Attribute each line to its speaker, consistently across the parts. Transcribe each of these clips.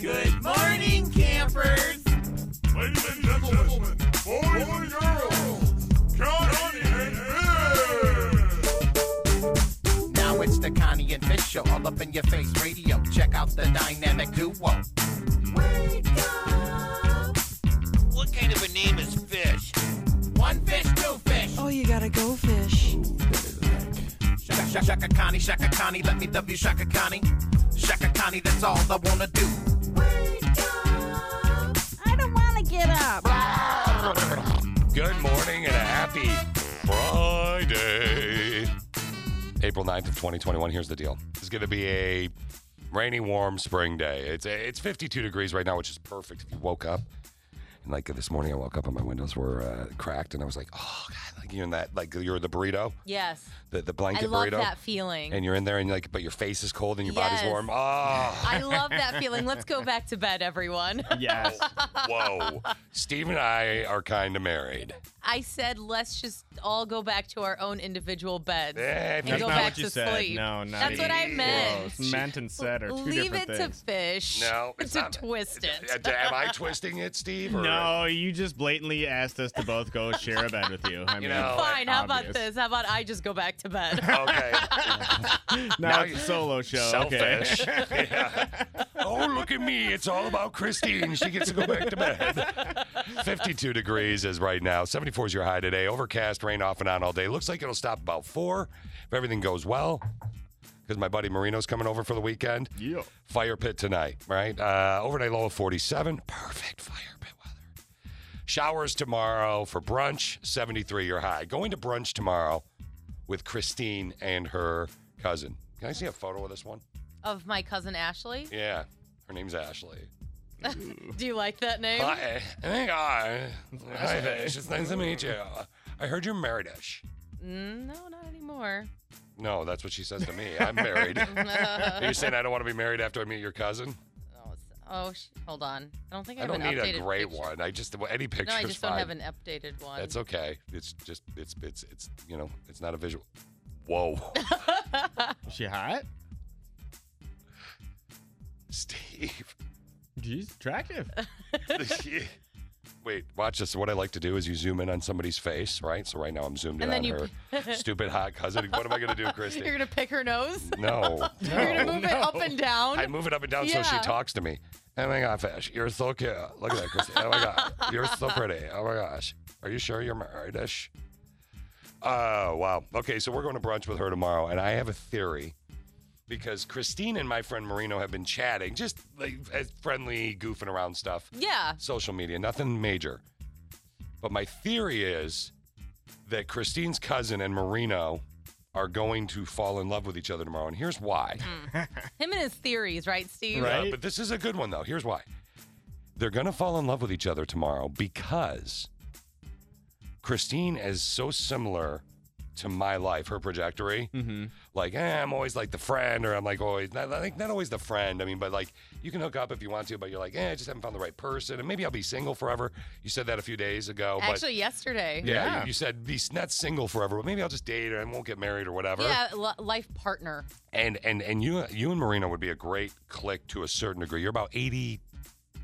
Speaker 1: Good morning, campers.
Speaker 2: Ladies and gentlemen, boys and girls, Johnny and Bill!
Speaker 3: Now it's the Connie and Fish show, all up in your face radio. Check out the dynamic duo.
Speaker 4: What kind of a name is Fish?
Speaker 3: One fish, two fish.
Speaker 5: Oh, you gotta go fish.
Speaker 3: Shaka, shaka, shaka Connie, shaka Connie, let me W shaka Connie. Shaka Connie, that's all I wanna do.
Speaker 6: I don't want to get up.
Speaker 7: Good morning and a happy Friday. April 9th of 2021. Here's the deal. It's going to be a rainy, warm spring day. It's it's 52 degrees right now, which is perfect if you woke up. And like this morning, I woke up and my windows were uh, cracked, and I was like, oh, God, like you're in that, like you're the burrito,
Speaker 8: Yes.
Speaker 7: the, the
Speaker 8: I
Speaker 7: blanket
Speaker 8: love
Speaker 7: burrito.
Speaker 8: that feeling.
Speaker 7: And you're in there, and you're like, but your face is cold and your
Speaker 8: Yes.
Speaker 7: body's warm. Oh,
Speaker 8: I love that feeling. Let's go back to bed, everyone.
Speaker 1: Yes.
Speaker 7: whoa. Steve and I are kind of married.
Speaker 8: I said, let's just all go back to our own individual beds.
Speaker 7: Eh, if
Speaker 8: And
Speaker 7: you
Speaker 1: That's
Speaker 8: go
Speaker 1: not
Speaker 8: back
Speaker 1: what you
Speaker 8: to
Speaker 1: said.
Speaker 8: sleep.
Speaker 1: No, not
Speaker 8: That's what I
Speaker 1: even
Speaker 8: meant.
Speaker 1: close. Meant and said are two
Speaker 8: Leave it to
Speaker 1: different things.
Speaker 8: fish.
Speaker 7: No, it's
Speaker 8: to
Speaker 7: not.
Speaker 8: twist
Speaker 7: Uh,
Speaker 8: it.
Speaker 7: d- Am I twisting it, Steve? or-
Speaker 1: No, you just blatantly asked us to both go share a bed with you. I mean,
Speaker 7: know,
Speaker 8: Fine. How about
Speaker 1: obvious.
Speaker 8: this? How about I just go back to bed?
Speaker 7: Okay.
Speaker 1: now it's a solo show. Okay.
Speaker 7: Selfish. Yeah. Oh, look at me. It's all about Christine. She gets to go back to bed. 52 degrees is right now. 74 is your high today. Overcast, rain off and on all day. Looks like it'll stop about four if everything goes well. Because my buddy Marino's coming over for the weekend.
Speaker 1: Yeah.
Speaker 7: Fire pit tonight, right? Uh, overnight low of 47. Perfect fire pit weather. Showers tomorrow for brunch, 73 your high. Going to brunch tomorrow with Christine and her cousin. Can I see a photo of this one?
Speaker 8: of my cousin Ashley.
Speaker 7: Yeah. Her name's Ashley.
Speaker 8: Do you like that name?
Speaker 7: Hi. eh, Hey, hi. Hi, Fish. It's nice to meet you. I heard you're married ish.
Speaker 8: Mm, no, not anymore.
Speaker 7: No, that's what she says to me. I'm married. Are you saying I don't want to be married after I meet your cousin?
Speaker 8: Oh, it's- Oh, sh- hold on. I don't think
Speaker 7: I
Speaker 8: I, have
Speaker 7: don't
Speaker 8: an
Speaker 7: need
Speaker 8: updated
Speaker 7: a great
Speaker 8: picture.
Speaker 7: one. I just any picture
Speaker 8: No, I
Speaker 7: is
Speaker 8: just
Speaker 7: fine.
Speaker 8: don't have an updated one.
Speaker 7: That's okay. It's just it's it's it's you know it's not a visual. Whoa,
Speaker 1: Is she hot?
Speaker 7: Steve.
Speaker 1: She's attractive.
Speaker 7: Wait, watch this. What I like to do is you zoom in on somebody's face, right? So right now I'm zoomed in
Speaker 8: And then
Speaker 7: on
Speaker 8: you-
Speaker 7: her stupid hot cousin. What am I gonna do, Christy?
Speaker 8: You're gonna pick her nose.
Speaker 7: No,
Speaker 8: You're gonna
Speaker 7: no.
Speaker 8: move it up and down.
Speaker 7: I move it up and down so
Speaker 8: Oh, Yeah.
Speaker 7: she talks to me. Oh my god, Fish, you're so cute. Look at that, Christy. Oh my god, you're so pretty. Oh my gosh, are you sure you're married ish? Oh wow. Okay, so we're going to brunch with her tomorrow, and I have a theory because Christine and my friend Marino have been chatting, just like as friendly, goofing around stuff,
Speaker 8: yeah.
Speaker 7: social media, nothing major. But my theory is that Christine's cousin and Marino are going to fall in love with each other tomorrow, and here's why.
Speaker 8: Him and his theories, right, Steve?
Speaker 1: Right.
Speaker 7: Yeah, but this is a good one, though. Here's why. They're going to fall in love with each other tomorrow because Christine is so similar to my life, her trajectory.
Speaker 1: Mm-hmm.
Speaker 7: Like, eh, I'm always like the friend, or I'm like always, not, like, not always the friend. I mean, but like, you can hook up if you want to, but you're like, eh, I just haven't found the right person, and maybe I'll be single forever. You said that a few days ago. Oh, but-
Speaker 8: Actually, yesterday.
Speaker 7: yeah,
Speaker 1: Yeah.
Speaker 7: You, you said be s- not single forever, but maybe I'll just date or I won't get married or whatever.
Speaker 8: Yeah, li life partner.
Speaker 7: And and and you you and Marino would be a great click to a certain degree. You're about 80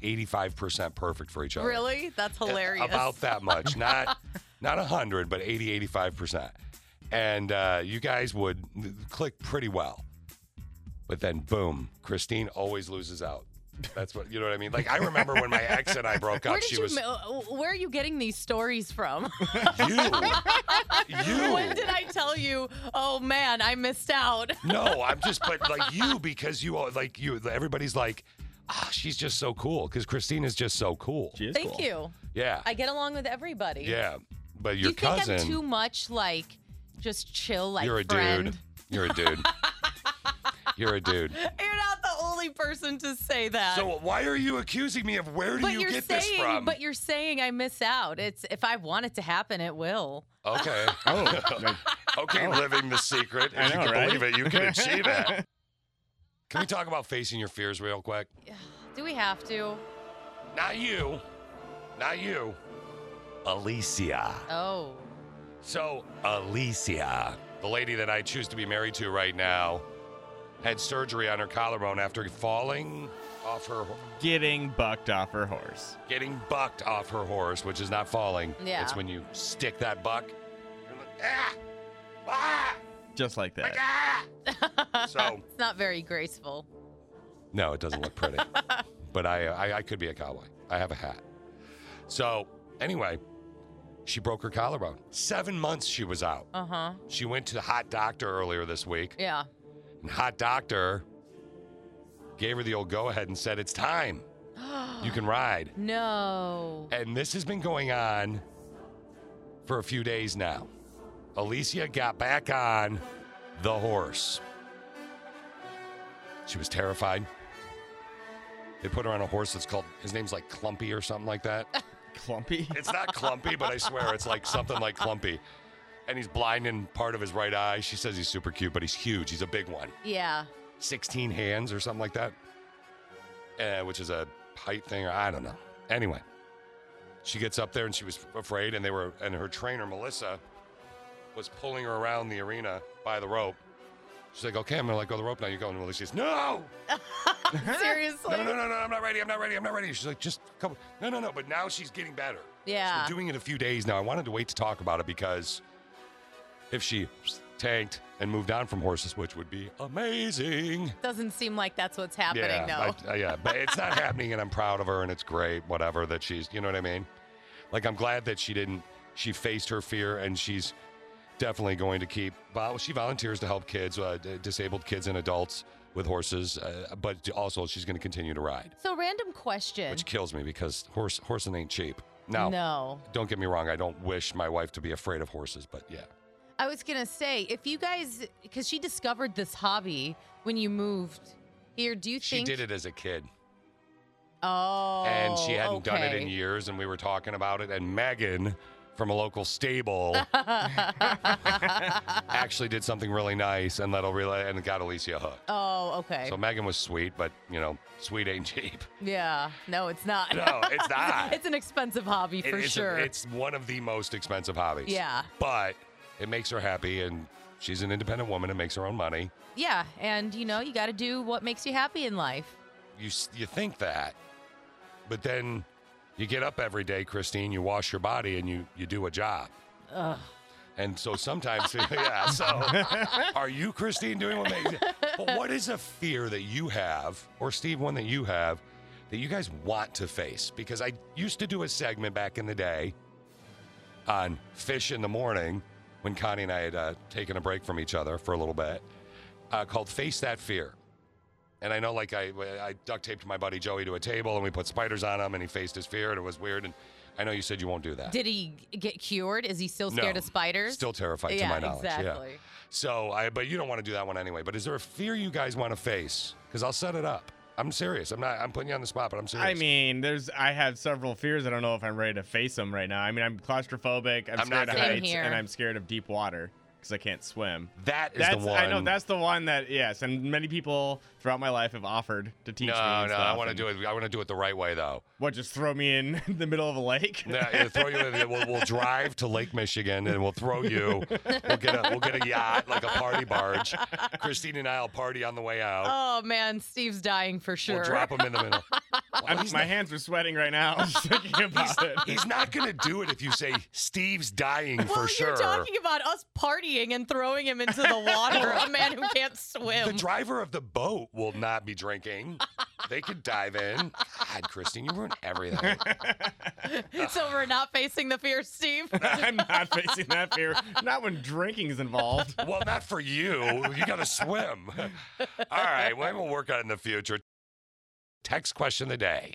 Speaker 7: 85% perfect for each other.
Speaker 8: Really? That's hilarious.
Speaker 7: About that much. Not not 100, but 80 85%. And uh, you guys would click pretty well. But then boom, Christine always loses out. That's what you know what I mean? Like I remember when my ex and I broke up,
Speaker 8: where did
Speaker 7: she
Speaker 8: you?
Speaker 7: was
Speaker 8: ma- where are you getting these stories from?
Speaker 7: you. You.
Speaker 8: when did I tell you? Oh man, I missed out.
Speaker 7: No, I'm just but like you because you all like you everybody's like ah she's just so cool because Christine is just so cool.
Speaker 1: She is
Speaker 8: Thank
Speaker 1: cool.
Speaker 8: you.
Speaker 7: Yeah.
Speaker 8: I get along with everybody.
Speaker 7: yeah. But
Speaker 8: Do
Speaker 7: your
Speaker 8: you think
Speaker 7: cousin
Speaker 8: I'm too much like just chill like
Speaker 7: You're a
Speaker 8: friend?
Speaker 7: dude. You're a dude. you're a dude.
Speaker 8: You're not the only person to say that.
Speaker 7: So why are you accusing me of where do
Speaker 8: Uh, but
Speaker 7: you
Speaker 8: are
Speaker 7: get
Speaker 8: saying,
Speaker 7: this from?
Speaker 8: but you're saying I miss out. It's if I want it to happen, it will.
Speaker 7: okay.
Speaker 1: Oh, like,
Speaker 7: Okay, living the secret.
Speaker 1: I
Speaker 7: If
Speaker 1: know,
Speaker 7: you can
Speaker 1: right?
Speaker 7: believe it, you can achieve it. Can we talk about facing your fears real quick?
Speaker 8: Do we have to?
Speaker 7: Not you. Not you. Alicia.
Speaker 8: Oh.
Speaker 7: So, Alicia, the lady that I choose to be married to right now, had surgery on her collarbone after falling off her,
Speaker 1: Getting bucked off her horse.
Speaker 7: getting bucked off her horse, which is not falling.
Speaker 8: Yeah.
Speaker 7: It's when you stick that buck. You're like, ah, ah,
Speaker 1: Just like that.
Speaker 7: ah. so,
Speaker 8: It's not very graceful.
Speaker 7: no, it doesn't look pretty. but I, I, I could be a cowboy. I have a hat. So, anyway, she broke her collarbone. Seven months she was out.
Speaker 8: Uh huh.
Speaker 7: She went to the hot doctor earlier this week.
Speaker 8: Yeah.
Speaker 7: And hot doctor gave her the old go ahead and said, It's time. You can ride.
Speaker 8: No.
Speaker 7: And this has been going on for a few days now. Alicia got back on the horse. She was terrified. They put her on a horse that's called, his name's like Clumpy or something like that.
Speaker 1: Clumpy.
Speaker 7: It's not clumpy, but I swear it's like something like clumpy. And he's blind in part of his right eye. She says he's super cute, but he's huge. He's a big one.
Speaker 8: Yeah.
Speaker 7: 16 hands or something like that, uh, which is a height thing, or I don't know. Anyway, she gets up there and she was afraid, and they were, and her trainer, Melissa, was pulling her around the arena by the rope. She's like, okay, I'm gonna let go of the rope now. You're going. And Melissa says, no,
Speaker 8: Seriously.
Speaker 7: no, no, no, no, I'm not ready. I'm not ready. I'm not ready. She's like, just come. No, no, no. But now she's getting better.
Speaker 8: Yeah.
Speaker 7: She's been doing it a few days now. I wanted to wait to talk about it because if she tanked and moved on from horses, which would be amazing.
Speaker 8: Doesn't seem like that's what's happening
Speaker 7: yeah,
Speaker 8: though.
Speaker 7: I- uh, yeah, but it's not happening, and I'm proud of her, and it's great. Whatever that she's, you know what I mean. Like I'm glad that she didn't. She faced her fear, and she's definitely going to keep. Well, she volunteers to help kids, uh, d- disabled kids and adults with horses, uh, but also she's going to continue to ride,
Speaker 8: so random question.
Speaker 7: which kills me because horse horsing ain't cheap. Now,
Speaker 8: No.
Speaker 7: don't get me wrong, I don't wish my wife to be afraid of horses, but yeah,
Speaker 8: I was gonna say if you guys, because she discovered this hobby when you moved here. Do you
Speaker 7: she
Speaker 8: think
Speaker 7: did it as a kid.
Speaker 8: Oh.
Speaker 7: and she hadn't done it in
Speaker 8: okay.
Speaker 7: years and we were talking about it and megan from a local stable actually did something really nice and let Aurelia and got alicia hooked
Speaker 8: Oh, okay.
Speaker 7: so megan was sweet but you know sweet ain't cheap
Speaker 8: yeah. No, it's not.
Speaker 7: no it's not
Speaker 8: it's an expensive hobby
Speaker 7: It-
Speaker 8: for
Speaker 7: it's,
Speaker 8: sure.
Speaker 7: it's one of the most expensive hobbies
Speaker 8: Yeah.
Speaker 7: but it makes her happy and she's an independent woman and makes her own money
Speaker 8: yeah, and you know you got to do what makes you happy in life.
Speaker 7: you s- you think that, but then you get up every day, Christine. You wash your body and you you do a job. And so sometimes, yeah. So, are you Christine doing what makes? But what is a fear that you have, or Steve, one that you have, that you guys want to face? Because I used to do a segment back in the day on Fish in the Morning when Connie and I had uh, taken a break from each other for a little bit uh, called Face That Fear. And I know, like, I, I duct taped my buddy Joey to a table and we put spiders on him and he faced his fear and it was weird. And I know you said you won't do that.
Speaker 8: Did he get cured? Is he still
Speaker 7: No.
Speaker 8: scared of spiders?
Speaker 7: Still terrified
Speaker 8: yeah,
Speaker 7: to my knowledge.
Speaker 8: Exactly.
Speaker 7: Yeah. So, I, but you don't want to do that one anyway. But is there a fear you guys want to face? Because I'll set it up. I'm serious. I'm not, I'm putting you on the spot, but I'm serious.
Speaker 1: I mean, there's. I have several fears. I don't know if I'm ready to face them right now. I mean, I'm claustrophobic. I'm,
Speaker 7: I'm not
Speaker 1: scared of
Speaker 7: Same
Speaker 1: heights,
Speaker 8: here.
Speaker 1: and I'm scared of deep water because I can't swim.
Speaker 7: that is
Speaker 1: that's
Speaker 7: the one.
Speaker 1: I know that's the one that yes, and many people throughout my life have offered to teach
Speaker 7: No,
Speaker 1: me. and
Speaker 7: no, I
Speaker 1: stuff,
Speaker 7: want to
Speaker 1: and-
Speaker 7: do it. I want to do it the right way, though.
Speaker 1: What? Just throw me in the middle of a lake?
Speaker 7: Yeah, yeah, throw you. in- We'll, we'll drive to Lake Michigan and we'll throw you. We'll get a we'll get a yacht like a party barge. Christine and I'll party on the way out.
Speaker 8: Oh man, Steve's dying for sure.
Speaker 7: We'll drop him in the middle.
Speaker 1: I'm- my hands are sweating right now. just thinking about it.
Speaker 7: He's not gonna do it if you say Steve's dying
Speaker 8: well,
Speaker 7: for sure.
Speaker 8: you're talking about us partying and throwing him into the water, a man who can't
Speaker 7: the
Speaker 8: swim.
Speaker 7: driver of the boat will not be drinking. They could dive in. God, Christine, you ruined everything.
Speaker 8: so we're not facing the fear, Steve.
Speaker 1: I'm not facing that fear. Not when drinking is involved.
Speaker 7: Well, not for you. You got to swim. All right. Well, we'll work on it in the future. Text question of the day.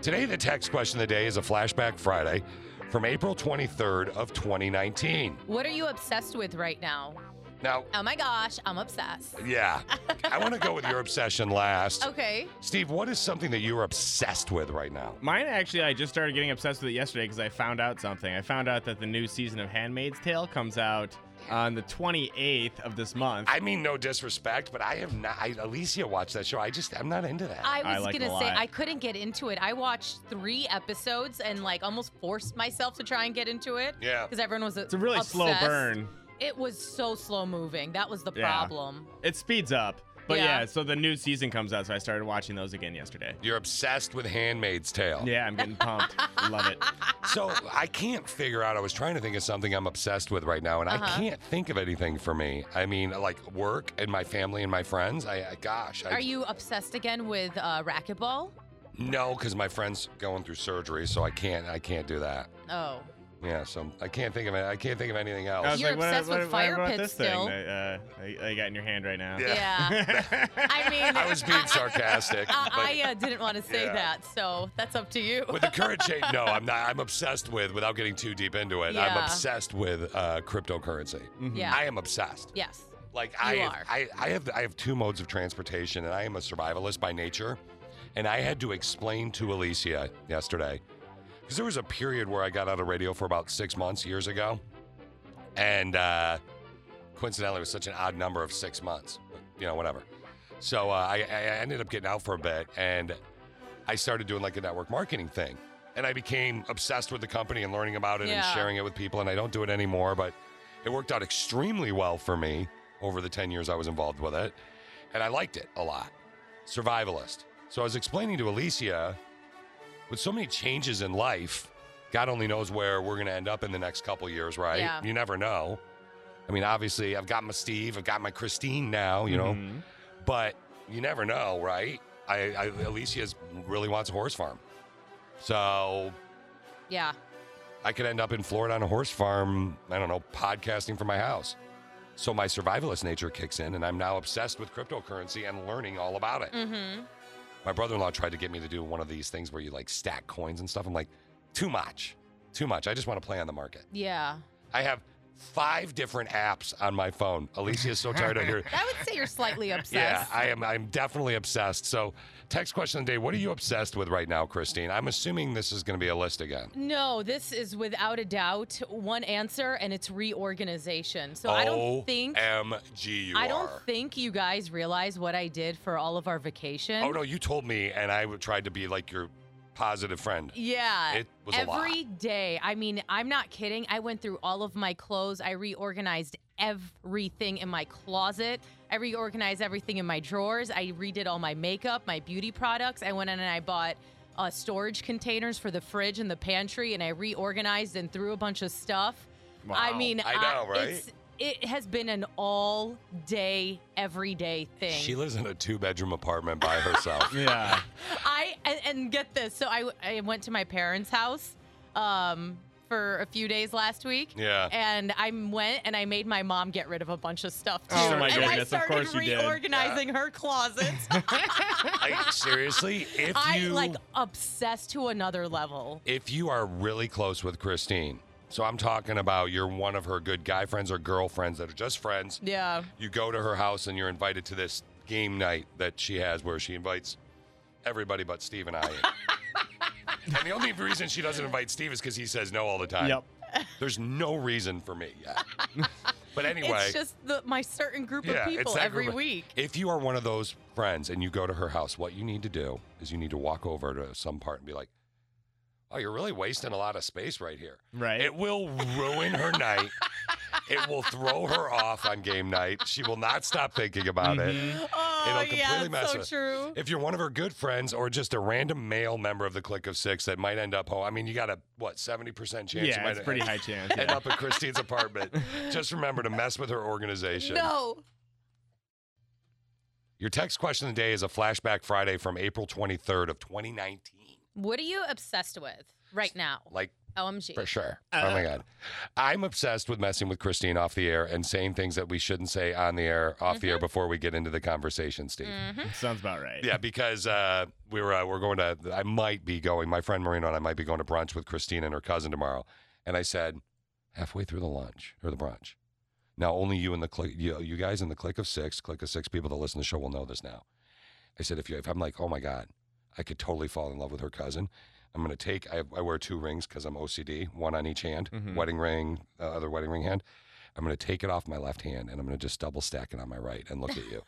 Speaker 7: Today, the text question of the day is a flashback Friday from April 23rd of 2019.
Speaker 8: what are you obsessed with right now?
Speaker 7: Now,
Speaker 8: Oh my gosh, I'm obsessed.
Speaker 7: yeah, I want to go with your obsession last.
Speaker 8: Okay.
Speaker 7: Steve, what is something that you're obsessed with right now?
Speaker 1: Mine actually, I just started getting obsessed with it yesterday because I found out something. I found out that the new season of Handmaid's Tale comes out on the 28th of this month.
Speaker 7: I mean, no disrespect, but I have not. I, Alicia watched that show. I just, I'm not into that.
Speaker 8: I
Speaker 1: I
Speaker 8: was
Speaker 1: like it
Speaker 8: gonna
Speaker 1: a
Speaker 8: say
Speaker 1: lot.
Speaker 8: I couldn't get into it. I watched three episodes and like almost forced myself to try and get into it.
Speaker 7: Yeah.
Speaker 8: Because everyone was
Speaker 1: it's a really slow burn.
Speaker 8: It was so slow moving. That was the
Speaker 1: Yeah.
Speaker 8: problem.
Speaker 1: It speeds up. But
Speaker 8: Yeah.
Speaker 1: yeah. so the new season comes out, so I started watching those again yesterday.
Speaker 7: You're obsessed with Handmaid's Tale.
Speaker 1: Yeah, I'm getting pumped. Love it.
Speaker 7: So I can't figure out. I was trying to think of something I'm obsessed with right now, and I
Speaker 8: Uh-huh.
Speaker 7: can't think of anything for me. I mean, like work and my family and my friends. I, I gosh, I,
Speaker 8: Are you obsessed again with uh, racquetball?
Speaker 7: no, because my friend's going through surgery, so I can't. I can't do that.
Speaker 8: Oh,
Speaker 7: Yeah, so I can't think of it. I can't think of anything else.
Speaker 1: I was
Speaker 8: You're
Speaker 1: like, what,
Speaker 8: obsessed
Speaker 1: what,
Speaker 8: with
Speaker 1: what
Speaker 8: fire
Speaker 1: about
Speaker 8: pits
Speaker 1: this
Speaker 8: still.
Speaker 1: thing that uh, that you- that you got in your hand right now?
Speaker 7: Yeah.
Speaker 8: yeah. I mean,
Speaker 7: I was being sarcastic. but-
Speaker 8: I, I uh, didn't want to say
Speaker 7: Yeah.
Speaker 8: that, so that's up to you.
Speaker 7: with the current shape, no, I'm not. I'm obsessed with, without getting too deep into it, I'm
Speaker 8: Yeah.
Speaker 7: obsessed with uh, cryptocurrency.
Speaker 1: Mhm.
Speaker 8: Yeah.
Speaker 7: I am obsessed.
Speaker 8: yes.
Speaker 7: Like
Speaker 8: You
Speaker 7: I,
Speaker 8: are.
Speaker 7: I, I have, I have two modes of transportation, and I am a survivalist by nature. And I had to explain to Alicia yesterday because there was a period where I got out of radio for about six months years ago, and uh, coincidentally, it was such an odd number of six months. But, you know, whatever. So uh, I, I ended up getting out for a bit, and I started doing like a network marketing thing. And I became obsessed with the company and learning about it and
Speaker 8: Yeah.
Speaker 7: sharing it with people. And I don't do it anymore, but it worked out extremely well for me over the 10 years I was involved with it. And I liked it a lot. Survivalist. So I was explaining to Alicia with so many changes in life, God only knows where we're going to end up in the next couple years, right?
Speaker 8: Yeah.
Speaker 7: You never know. I mean, obviously, I've got my Steve, I've got my Christine now, you know,
Speaker 1: Mhm.
Speaker 7: but you never know, right? I, I Alicia's really wants a horse farm. So
Speaker 8: Yeah.
Speaker 7: I could end up in Florida on a horse farm, I don't know, podcasting from my house. So my survivalist nature kicks in, and I'm now obsessed with cryptocurrency and learning all about it.
Speaker 8: Mm-hmm.
Speaker 7: My brother in law tried to get me to do one of these things where you like stack coins and stuff. I'm like, too much, too much. I just want to play on the market.
Speaker 8: Yeah.
Speaker 7: I have five different apps on my phone. Alicia is so tired of hearing.
Speaker 8: I would say you're slightly obsessed.
Speaker 7: Yeah, I am. I'm definitely obsessed. So, text question of the day: What are you obsessed with right now, Christine? I'm assuming this is going to be a list again.
Speaker 8: No, this is without a doubt one answer, and it's reorganization. So I don't think
Speaker 7: OMG, Oh, you
Speaker 8: I don't
Speaker 7: are.
Speaker 8: think you guys realize what I did for all of our vacation.
Speaker 7: Oh no, you told me, and I w- tried to be like your positive friend.
Speaker 8: Yeah.
Speaker 7: It was a lot.
Speaker 8: every day. I mean, I'm not kidding. I went through all of my clothes. I reorganized everything in my closet. I reorganized everything in my drawers. I redid all my makeup, my beauty products. I went in and I bought uh, storage containers for the fridge and the pantry, and I reorganized and threw a bunch of stuff. I
Speaker 1: Wow.
Speaker 8: mean,
Speaker 7: I know, right?
Speaker 8: it's- it has been an all day, everyday thing.
Speaker 7: She lives in a two-bedroom apartment by herself.
Speaker 1: Yeah.
Speaker 8: I and, and get this. So I I went to my parents' house um for a few days last week.
Speaker 7: Yeah.
Speaker 8: And I went and I made my mom get rid of a bunch of stuff too.
Speaker 1: Oh my
Speaker 8: and I
Speaker 1: goodness, of
Speaker 8: started
Speaker 1: course you did.
Speaker 8: reorganizing her closet.
Speaker 7: like, seriously, if
Speaker 8: I
Speaker 7: you
Speaker 8: like obsessed to another level.
Speaker 7: if you are really close with Christine, so I'm talking about you're one of her good guy friends or girlfriends that are just friends.
Speaker 8: Yeah.
Speaker 7: you go to her house and you're invited to this game night that she has where she invites everybody but Steve and I. and the only reason she doesn't invite Steve is because he says no all the time.
Speaker 1: Yep.
Speaker 7: There's no reason for me yet. but anyway,
Speaker 8: It's just the, my certain group
Speaker 7: Yeah,
Speaker 8: of
Speaker 7: it's
Speaker 8: people
Speaker 7: that
Speaker 8: every
Speaker 7: group of-
Speaker 8: week.
Speaker 7: if you are one of those friends and you go to her house, what you need to do is you need to walk over to some part and be like, oh, you're really wasting a lot of space right here.
Speaker 1: Right.
Speaker 7: It will ruin her night. It will throw her off on game night. She will not stop thinking about
Speaker 1: Mm-hmm.
Speaker 7: it.
Speaker 8: Oh
Speaker 7: completely
Speaker 8: yeah,
Speaker 7: mess
Speaker 8: it's so
Speaker 7: with-
Speaker 8: true.
Speaker 7: If you're one of her good friends or just a random male member of the clique of six that might end up home, I mean, you got a, what, 70% chance you
Speaker 1: yeah,
Speaker 7: might
Speaker 1: it's pretty high chance.
Speaker 7: end
Speaker 1: yeah.
Speaker 7: up at Christine's apartment. Just remember to mess with her organization.
Speaker 8: No.
Speaker 7: Your text question of the day is a flashback Friday from April 23rd of 2019.
Speaker 8: What are you obsessed with right now?
Speaker 7: Like,
Speaker 8: OMG.
Speaker 7: for sure.
Speaker 1: Uh,
Speaker 7: oh my God. I'm obsessed with messing with Christine off the air and saying things that we shouldn't say on the air, off the air before we get into the conversation, Steve.
Speaker 8: Mhm.
Speaker 1: Sounds about right.
Speaker 7: Yeah, because uh, we were uh, we're going to. I might be going. My friend Marino and I might be going to brunch with Christine and her cousin tomorrow. And I said, halfway through the lunch or the brunch, now only you and the click, you, you guys in the click of six, click of six people that listen to the show will know this now. I said, if you, if I'm like, oh my god, I could totally fall in love with her cousin. I'm gonna take. I, I wear two rings because I'm OCD, one on each hand,
Speaker 1: Mhm.
Speaker 7: wedding ring, uh, other wedding ring hand. I'm going to take it off my left hand and I'm going to just double stack it on my right and look at you.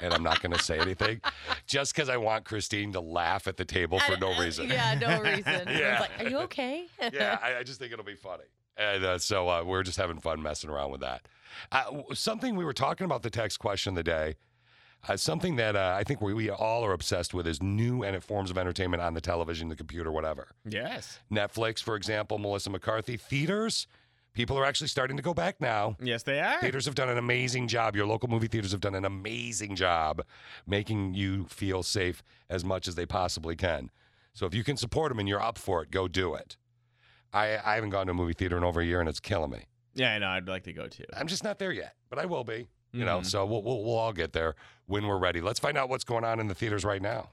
Speaker 7: and I'm not going to say anything just because I want Christine to laugh at the table for
Speaker 8: I-
Speaker 7: no
Speaker 8: I-
Speaker 7: reason.
Speaker 8: Yeah, no reason. Everyone's
Speaker 7: Yeah.
Speaker 8: like, are you okay?
Speaker 7: yeah, I, I just think it'll be funny. And uh, so uh, we're just having fun messing around with that. Uh, w- something we were talking about the text question of the day, uh, something that uh, I think we, we all are obsessed with is new and forms of entertainment on the television, the computer, whatever.
Speaker 1: Yes.
Speaker 7: Netflix, for example, Melissa McCarthy, theaters. People are actually starting to go back now.
Speaker 1: Yes, they are.
Speaker 7: Theaters have done an amazing job. Your local movie theaters have done an amazing job making you feel safe as much as they possibly can. So if you can support them and you're up for it, go do it. I, I haven't gone to a movie theater in over a year and it's killing me.
Speaker 1: Yeah, I know. I'd like to go too.
Speaker 7: I'm just not there yet, but I will be. You know,
Speaker 1: Mhm.
Speaker 8: Mm-hmm.
Speaker 7: so we'll, we'll, we'll all get there when we're ready. Let's find out what's going on in the theaters right now.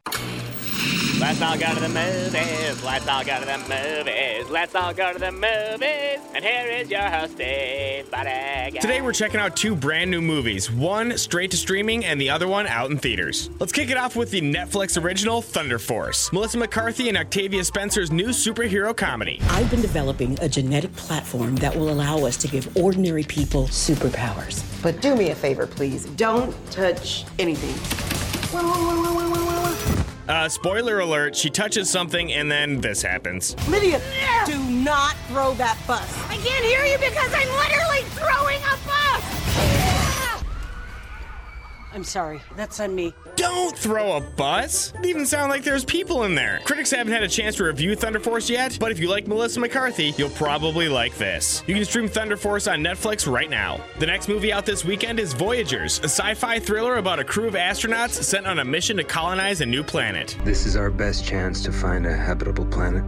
Speaker 5: Let's all go to the movies. Let's all go to the movies. Let's all go to the movies. And here is your host, Steve Buttigieg.
Speaker 1: Today we're checking out two brand new movies, one straight to streaming and the other one out in theaters. Let's kick it off with the Netflix original Thunder Force, Melissa McCarthy and Octavia Spencer's new superhero comedy.
Speaker 9: I've been developing a genetic platform that will allow us to give ordinary people superpowers.
Speaker 10: But do me a favor, please. Don't touch anything.
Speaker 1: Uh, spoiler alert, she touches something and then this happens.
Speaker 10: Lydia,
Speaker 6: Do not throw that bus. I can't hear you because I'm literally throwing a bus.
Speaker 9: I'm sorry, that's on me.
Speaker 1: Don't throw a bus! It even sound like there's people in there. Critics haven't had a chance to review Thunder Force yet, but if you like Melissa McCarthy, you'll probably like this. You can stream Thunder Force on Netflix right now. The next movie out this weekend is Voyagers, a sci fi thriller about a crew of astronauts sent on a mission to colonize a new planet.
Speaker 11: This is our best chance to find a habitable planet.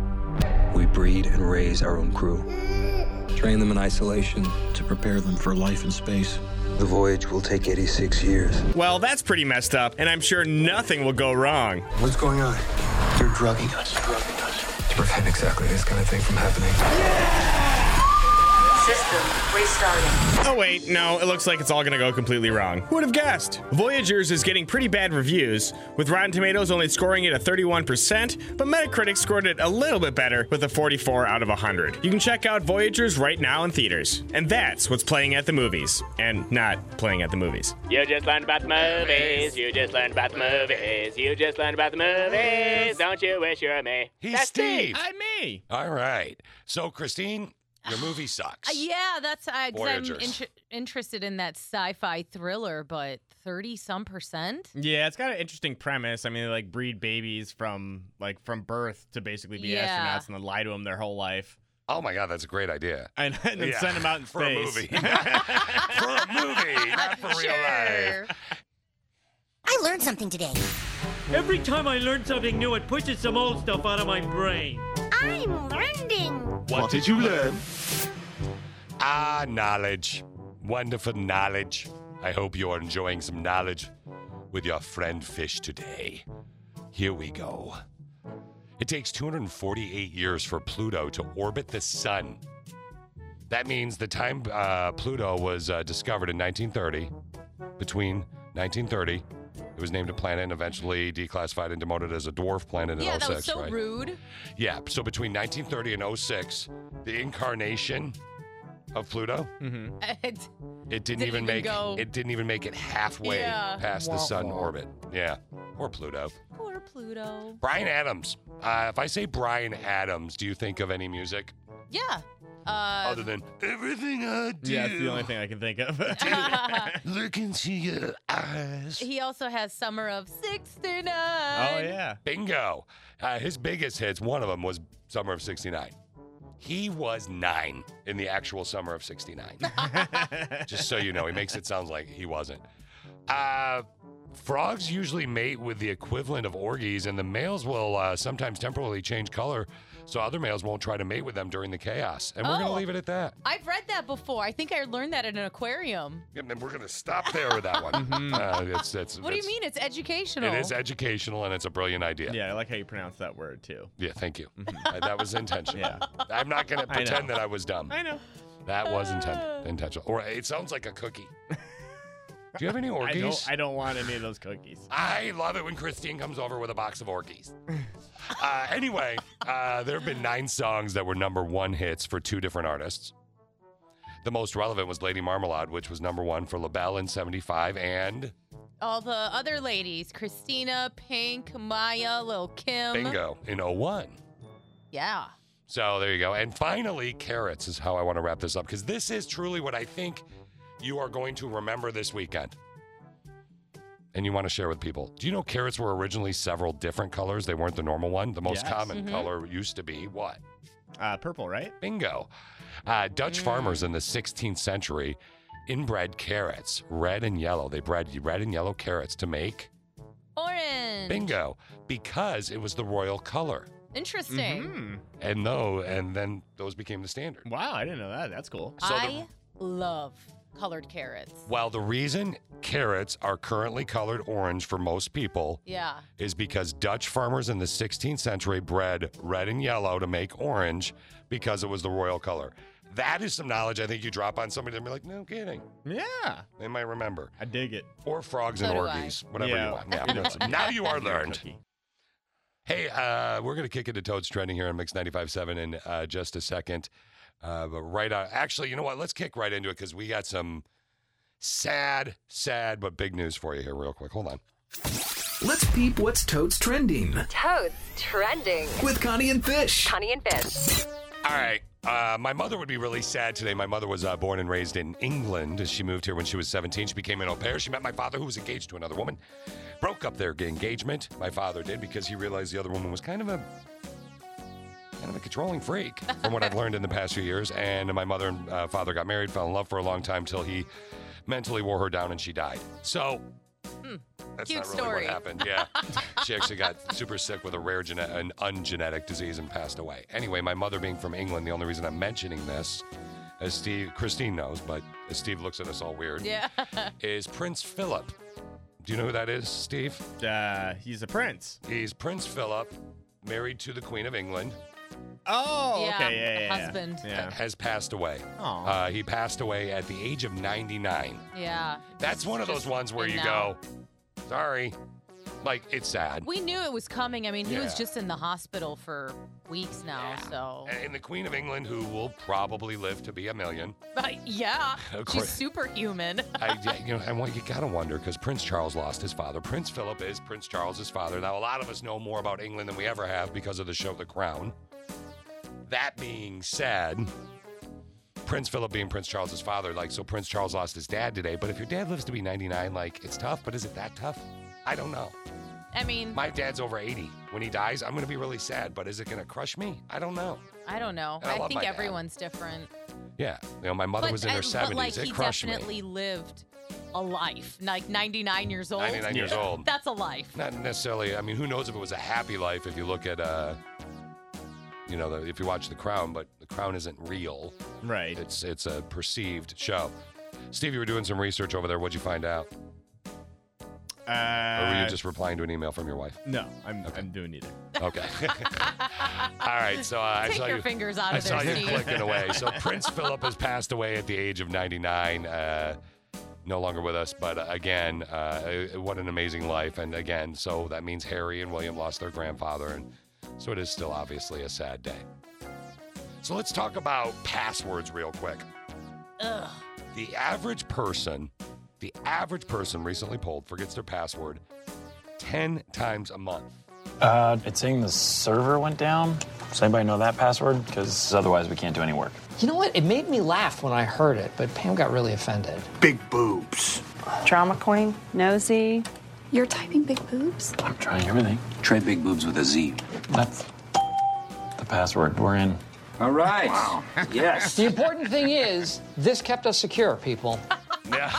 Speaker 11: We breed and raise our own crew. Train them in isolation to prepare them for life in space. The voyage will take 86 years.
Speaker 1: Well, that's pretty messed up, and I'm sure nothing will go wrong.
Speaker 11: What's going on? You're drugging us. Drugging us. To prevent exactly this kind of thing from happening.
Speaker 10: System restarting.
Speaker 1: Oh, wait, no, it looks like it's all gonna go completely wrong. Who would have guessed? Voyagers is getting pretty bad reviews, with Rotten Tomatoes only scoring it a 31%, but Metacritic scored it a little bit better with a 44 out of 100. You can check out Voyagers right now in theaters. And that's what's playing at the movies. And not playing at the movies.
Speaker 5: You just learned about the movies. You just learned about the movies. You just learned about the movies. Don't you wish you were me?
Speaker 7: He's
Speaker 5: That's
Speaker 7: Steve.
Speaker 1: I me!
Speaker 7: All right. So, Christine, your movie sucks.
Speaker 8: Uh, yeah, that's I, 'cause I'm
Speaker 7: Voyagers.
Speaker 8: inter- interested in that sci-fi thriller, but thirty some percent.
Speaker 1: Yeah, it's got an interesting premise. I mean, they like breed babies from like from birth to basically be
Speaker 8: Yeah.
Speaker 1: astronauts and then lie to them their whole life.
Speaker 7: Oh, my God, that's a great idea.
Speaker 1: And, and then
Speaker 7: Yeah,
Speaker 1: send them out in
Speaker 7: for
Speaker 1: space.
Speaker 7: a movie. for a movie, not for real life.
Speaker 6: I learned something today.
Speaker 11: Every time I learn something new, it pushes some old stuff out of my brain.
Speaker 6: I'm learning.
Speaker 7: What did you learn? Ah, knowledge. Wonderful knowledge. I hope you are enjoying some knowledge with your friend Fish today. Here we go. It takes 248 years for Pluto to orbit the sun. That means the time uh, Pluto was uh, discovered in 1930, between 1930, it was named a planet and eventually declassified and demoted as a dwarf planet in
Speaker 8: Yeah,
Speaker 7: 06,
Speaker 8: that was so
Speaker 7: right?
Speaker 8: rude.
Speaker 7: Yeah, so between 1930 and 06, the incarnation of Pluto,
Speaker 8: It's-
Speaker 7: it didn't,
Speaker 8: Didn't
Speaker 7: even
Speaker 8: even
Speaker 7: make
Speaker 8: go.
Speaker 7: it didn't even make it halfway
Speaker 8: Yeah.
Speaker 7: past the sun orbit. Yeah, or Pluto.
Speaker 8: Poor Pluto.
Speaker 7: Brian Adams. Uh, if I say Brian Adams, do you think of any music
Speaker 8: Yeah. Uh,
Speaker 7: other than everything I do?
Speaker 1: Yeah, it's the only thing I can think of. Oh,
Speaker 7: Look into your eyes.
Speaker 8: he also has Summer of '69.
Speaker 1: Oh yeah.
Speaker 7: Bingo. Uh, his biggest hits, one of them was Summer of 69. He was nine in the actual summer of 69. Just so you know, he makes it sound like he wasn't. Uh, frogs usually mate with the equivalent of orgies, and the males will uh, sometimes temporarily change color so other males won't try to mate with them during the chaos. And we're going to
Speaker 8: Oh.
Speaker 7: leave it at that.
Speaker 8: I've read that before. I think I learned that at an aquarium.
Speaker 7: And then we're going to stop there with that one. Uh, it's- it's-
Speaker 8: What do you
Speaker 7: it's-
Speaker 8: mean? It's educational.
Speaker 7: It is educational and it's a brilliant idea.
Speaker 1: Yeah, I like how you pronounce that word too.
Speaker 7: Yeah, thank you. Uh, that was intentional.
Speaker 1: Mm-hmm. Yeah.
Speaker 7: I'm not going to
Speaker 1: know.
Speaker 7: pretend that I was dumb.
Speaker 1: I know.
Speaker 7: That was inten- intentional. Or it sounds like a cookie. Do you have any
Speaker 1: I
Speaker 7: orgies?
Speaker 1: don't. I don't want any of those cookies.
Speaker 7: I love it when Christine comes over with a box of orgies. uh, anyway, uh, there have been nine songs that were number one hits for two different artists. The most relevant was Lady Marmalade, which was number one for LaBelle in 75 and
Speaker 8: All the other ladies Christina, Pink, Maya, Lil Kim.
Speaker 7: Bingo in 01.
Speaker 8: Yeah.
Speaker 7: So there you go. And finally, carrots is how I want to wrap this up because this is truly what I think you are going to remember this weekend. And you want to share with people. Do you know carrots were originally several different colors? They weren't the normal one. The most
Speaker 1: Yes.
Speaker 7: common
Speaker 1: Mhm.
Speaker 7: color used to be what?
Speaker 1: Uh, purple, right?
Speaker 7: Bingo. Uh, Dutch farmers in the 16th century inbred carrots, red and yellow. They bred red and yellow carrots to make
Speaker 8: Orange.
Speaker 7: bingo because it was the royal color.
Speaker 8: Interesting.
Speaker 7: Mm-hmm. And though, and then those became the standard.
Speaker 1: Hmm. Wow, I didn't know that. That's cool.
Speaker 8: I love colored carrots.
Speaker 7: Well, the reason carrots are currently colored orange for most people
Speaker 8: Yeah.
Speaker 7: is because Dutch farmers in the 16th century bred red and yellow to make orange because it was the royal color. That is some knowledge I think you drop on somebody and be like, no kidding.
Speaker 1: Yeah.
Speaker 7: They might remember.
Speaker 1: I dig it.
Speaker 7: Or frogs
Speaker 1: So
Speaker 7: and
Speaker 1: do I.
Speaker 7: orgies, whatever
Speaker 1: Yeah.
Speaker 7: you want.
Speaker 1: Good
Speaker 7: Yeah, that's-
Speaker 1: cookie.
Speaker 7: now you are
Speaker 1: Good
Speaker 7: learned.
Speaker 1: cookie.
Speaker 7: Hey, uh, we're going to kick into Toad's Trending here on Mix 95.7 in uh, just a second. Uh, but right out, actually, you know what? Let's kick right into it because we got some sad, sad, but big news for you here, real quick. Hold on.
Speaker 12: Let's peep what's Toad's trending.
Speaker 13: Toads trending
Speaker 12: With Connie and Fish.
Speaker 13: Connie and Fish.
Speaker 7: All right. Uh, my mother would be really sad today. My mother was uh, born and raised in England. She moved here when she was 17. She became an au pair. She met my father, who was engaged to another woman. Broke up their engagement. My father did because he realized the other woman was kind of a kind of a controlling freak, from what I've learned in the past few years. And my mother and uh, father got married, fell in love for a long time till he mentally wore her down and she died. So that's
Speaker 2: Hmm. Cute
Speaker 7: not really
Speaker 2: story.
Speaker 7: what happened. Yeah, she actually got super sick with a rare gene- an ungenetic disease and passed away. Anyway, my mother being from England, the only reason I'm mentioning this, as Steve Christine knows, but as Steve looks at us all weird,
Speaker 8: Yeah.
Speaker 7: is Prince Philip. Do you know who that is, Steve? Uh, he's a prince. He's Prince Philip, married to the Queen of England.
Speaker 1: Oh,
Speaker 8: Yeah,
Speaker 1: okay. Yeah, yeah, yeah.
Speaker 8: husband.
Speaker 1: Yeah.
Speaker 7: Has passed away.
Speaker 1: Aw.
Speaker 7: Uh, he passed away at the age of 99.
Speaker 8: Yeah.
Speaker 7: That's one of those ones where you go, sorry. Like, it's sad.
Speaker 8: We knew it was coming. I mean, he was
Speaker 7: Yeah. Eh.
Speaker 8: just in the hospital for weeks now. So,
Speaker 7: and the Queen of England, who will probably live to be a million.
Speaker 8: but yeah,
Speaker 7: Of
Speaker 8: she's
Speaker 7: course.
Speaker 8: superhuman.
Speaker 7: I, yeah, you know, I want you gotta wonder because Prince Charles lost his father. Prince Philip is Prince Charles's father. Now, a lot of us know more about England than we ever have because of the show The Crown. That being said, Prince Philip being Prince Charles's father, like, so Prince Charles lost his dad today. But if your dad lives to be 99, like, it's tough. But is it that tough? I don't know.
Speaker 8: I mean,
Speaker 7: My dad's over 80. When he dies, I'm gonna be really sad. But is it gonna crush me? I don't know.
Speaker 8: I don't know.
Speaker 7: I
Speaker 8: I,
Speaker 7: love
Speaker 8: think
Speaker 7: my dad.
Speaker 8: everyone's different.
Speaker 7: Yeah, you know, my mother
Speaker 8: but,
Speaker 7: was in her
Speaker 8: I-
Speaker 7: 70s.
Speaker 8: But like,
Speaker 7: it
Speaker 8: he
Speaker 7: crushed me.
Speaker 8: definitely lived a life. Like 99 years old.
Speaker 7: 99 years Yeah. old.
Speaker 8: That's a life.
Speaker 7: not necessarily. I mean, who knows if it was a happy life if you look at, uh, you know, the, if you watch The Crown, but The Crown isn't real.
Speaker 1: Right.
Speaker 7: It's it's a perceived show. Steve, you were doing some research over there. What'd you find out? or were
Speaker 1: Uh,
Speaker 7: you just replying to an email from your wife?
Speaker 1: No, I'm, I'm doing either.
Speaker 7: Okay. All right. So uh, I
Speaker 8: Take
Speaker 7: saw
Speaker 8: your
Speaker 7: you,
Speaker 8: fingers out
Speaker 7: I
Speaker 8: of there,
Speaker 7: saw you
Speaker 8: Steve.
Speaker 7: clicking away. So Prince Philip has passed away at the age of 99. Uh, no longer with us, but uh, again, uh, uh, what an amazing life. And again, so that means Harry and William lost their grandfather. And so it is still obviously a sad day. So let's talk about passwords real quick.
Speaker 8: Ugh.
Speaker 7: The average person, the average person recently polled forgets their password 10 times a month.
Speaker 14: Uh, it's saying the server went down. Does anybody know that password? Because otherwise we can't do any work.
Speaker 15: You know what? It made me laugh when I heard it, but Pam got really offended. Big boobs.
Speaker 16: Drama queen, nosy. You're typing big boobs?
Speaker 14: I'm trying everything. Try big boobs with a Z. That's the password. We're in. All right. Wow.
Speaker 15: the important thing is, this kept us secure, people.
Speaker 7: Yeah.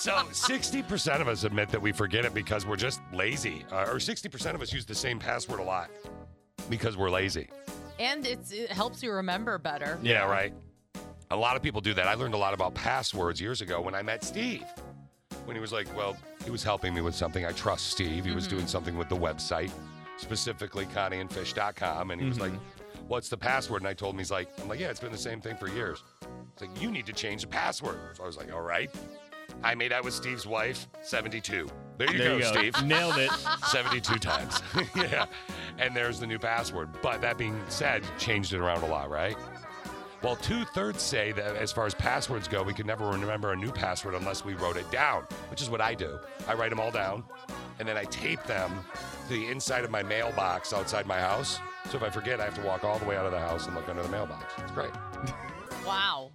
Speaker 7: So 60% of us admit that we forget it because we're just lazy, uh, or 60% of us use the same password a lot because we're lazy.
Speaker 8: And it's, it helps you remember better.
Speaker 7: Yeah, right. A lot of people do that. I learned a lot about passwords years ago when I met Steve. When he was like, well, he was helping me with something. I trust Steve. He was
Speaker 1: Mm-hmm.
Speaker 7: doing something with the website, specifically ConnieandFish.com. And he was like,
Speaker 1: Mm-hmm.
Speaker 7: what's the password? And I told him, he's like, I'm like, yeah, it's been the same thing for years. He's like, you need to change the password. So I was like, all right. I made out with Steve's wife, 72. There you,
Speaker 1: There you
Speaker 7: go,
Speaker 1: go.
Speaker 7: Steve.
Speaker 1: Nailed it.
Speaker 7: 72 times. yeah. And there's the new password. But that being said, changed it around a lot, right? Well, two thirds say that as far as passwords go, we can never remember a new password unless we wrote it down, which is what I do. I write them all down and then I tape them to the inside of my mailbox outside my house. So if I forget, I have to walk all the way out of the house and look under the mailbox. It's great.
Speaker 8: Wow.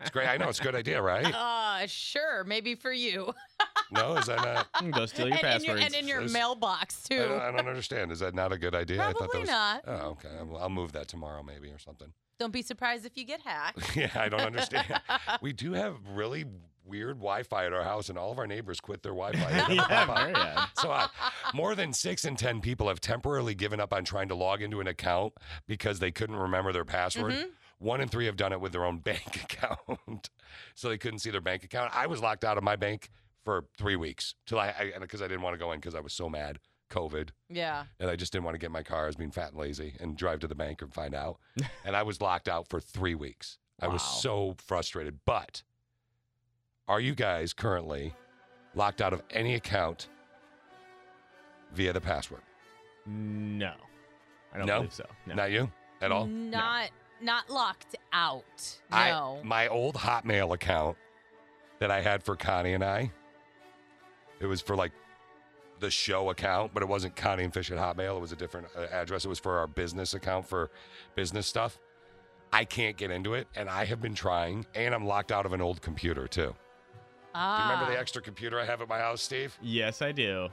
Speaker 7: It's great. I know it's a good idea, right?
Speaker 8: Uh, sure, maybe for you.
Speaker 7: No, is that not?
Speaker 1: Go
Speaker 8: and, and your, and in your mailbox
Speaker 7: I
Speaker 8: too.
Speaker 7: don't, I don't understand. Is that not a good idea? I thought that
Speaker 8: Probably
Speaker 7: was,
Speaker 8: not.
Speaker 7: Oh, okay. I'll- I'll move that tomorrow, maybe, or something.
Speaker 8: Don't be surprised if you get hacked.
Speaker 7: yeah, I don't understand. we do have really weird Wi-Fi at our house, and all of our neighbors quit their Wi-Fi. They don't
Speaker 1: Yeah,
Speaker 7: pop up.
Speaker 1: very odd.
Speaker 7: So odd. more than six in ten people have temporarily given up on trying to log into an account because they couldn't remember their password.
Speaker 2: Mhm.
Speaker 7: One in three have done it with their own bank account, so they couldn't see their bank account. I was locked out of my bank for three weeks till I because I, didn't want to go in because I was so mad. COVID
Speaker 8: Yeah.
Speaker 7: and I just didn't want to get in my car. I was being fat and lazy and drive to the bank and find out. and I was locked out for three weeks. I was so frustrated. But are you guys currently locked out of any account via the password?
Speaker 1: No. I don't
Speaker 7: no?
Speaker 1: believe so. No.
Speaker 7: Not you at all?
Speaker 8: Not not locked out.
Speaker 7: Oh, I
Speaker 8: No.
Speaker 7: my old Hotmail account that I had for Connie and I. It was for like the show account, but it wasn't Connie and Fish at Hotmail. It was a different uh, address. It was for our business account for business stuff. I can't get into it, and I have been trying, and I'm locked out of an old computer too.
Speaker 8: Ah.
Speaker 7: Do you remember the
Speaker 1: Ah.
Speaker 7: extra computer I have at my house, Steve?
Speaker 1: Yes, I do.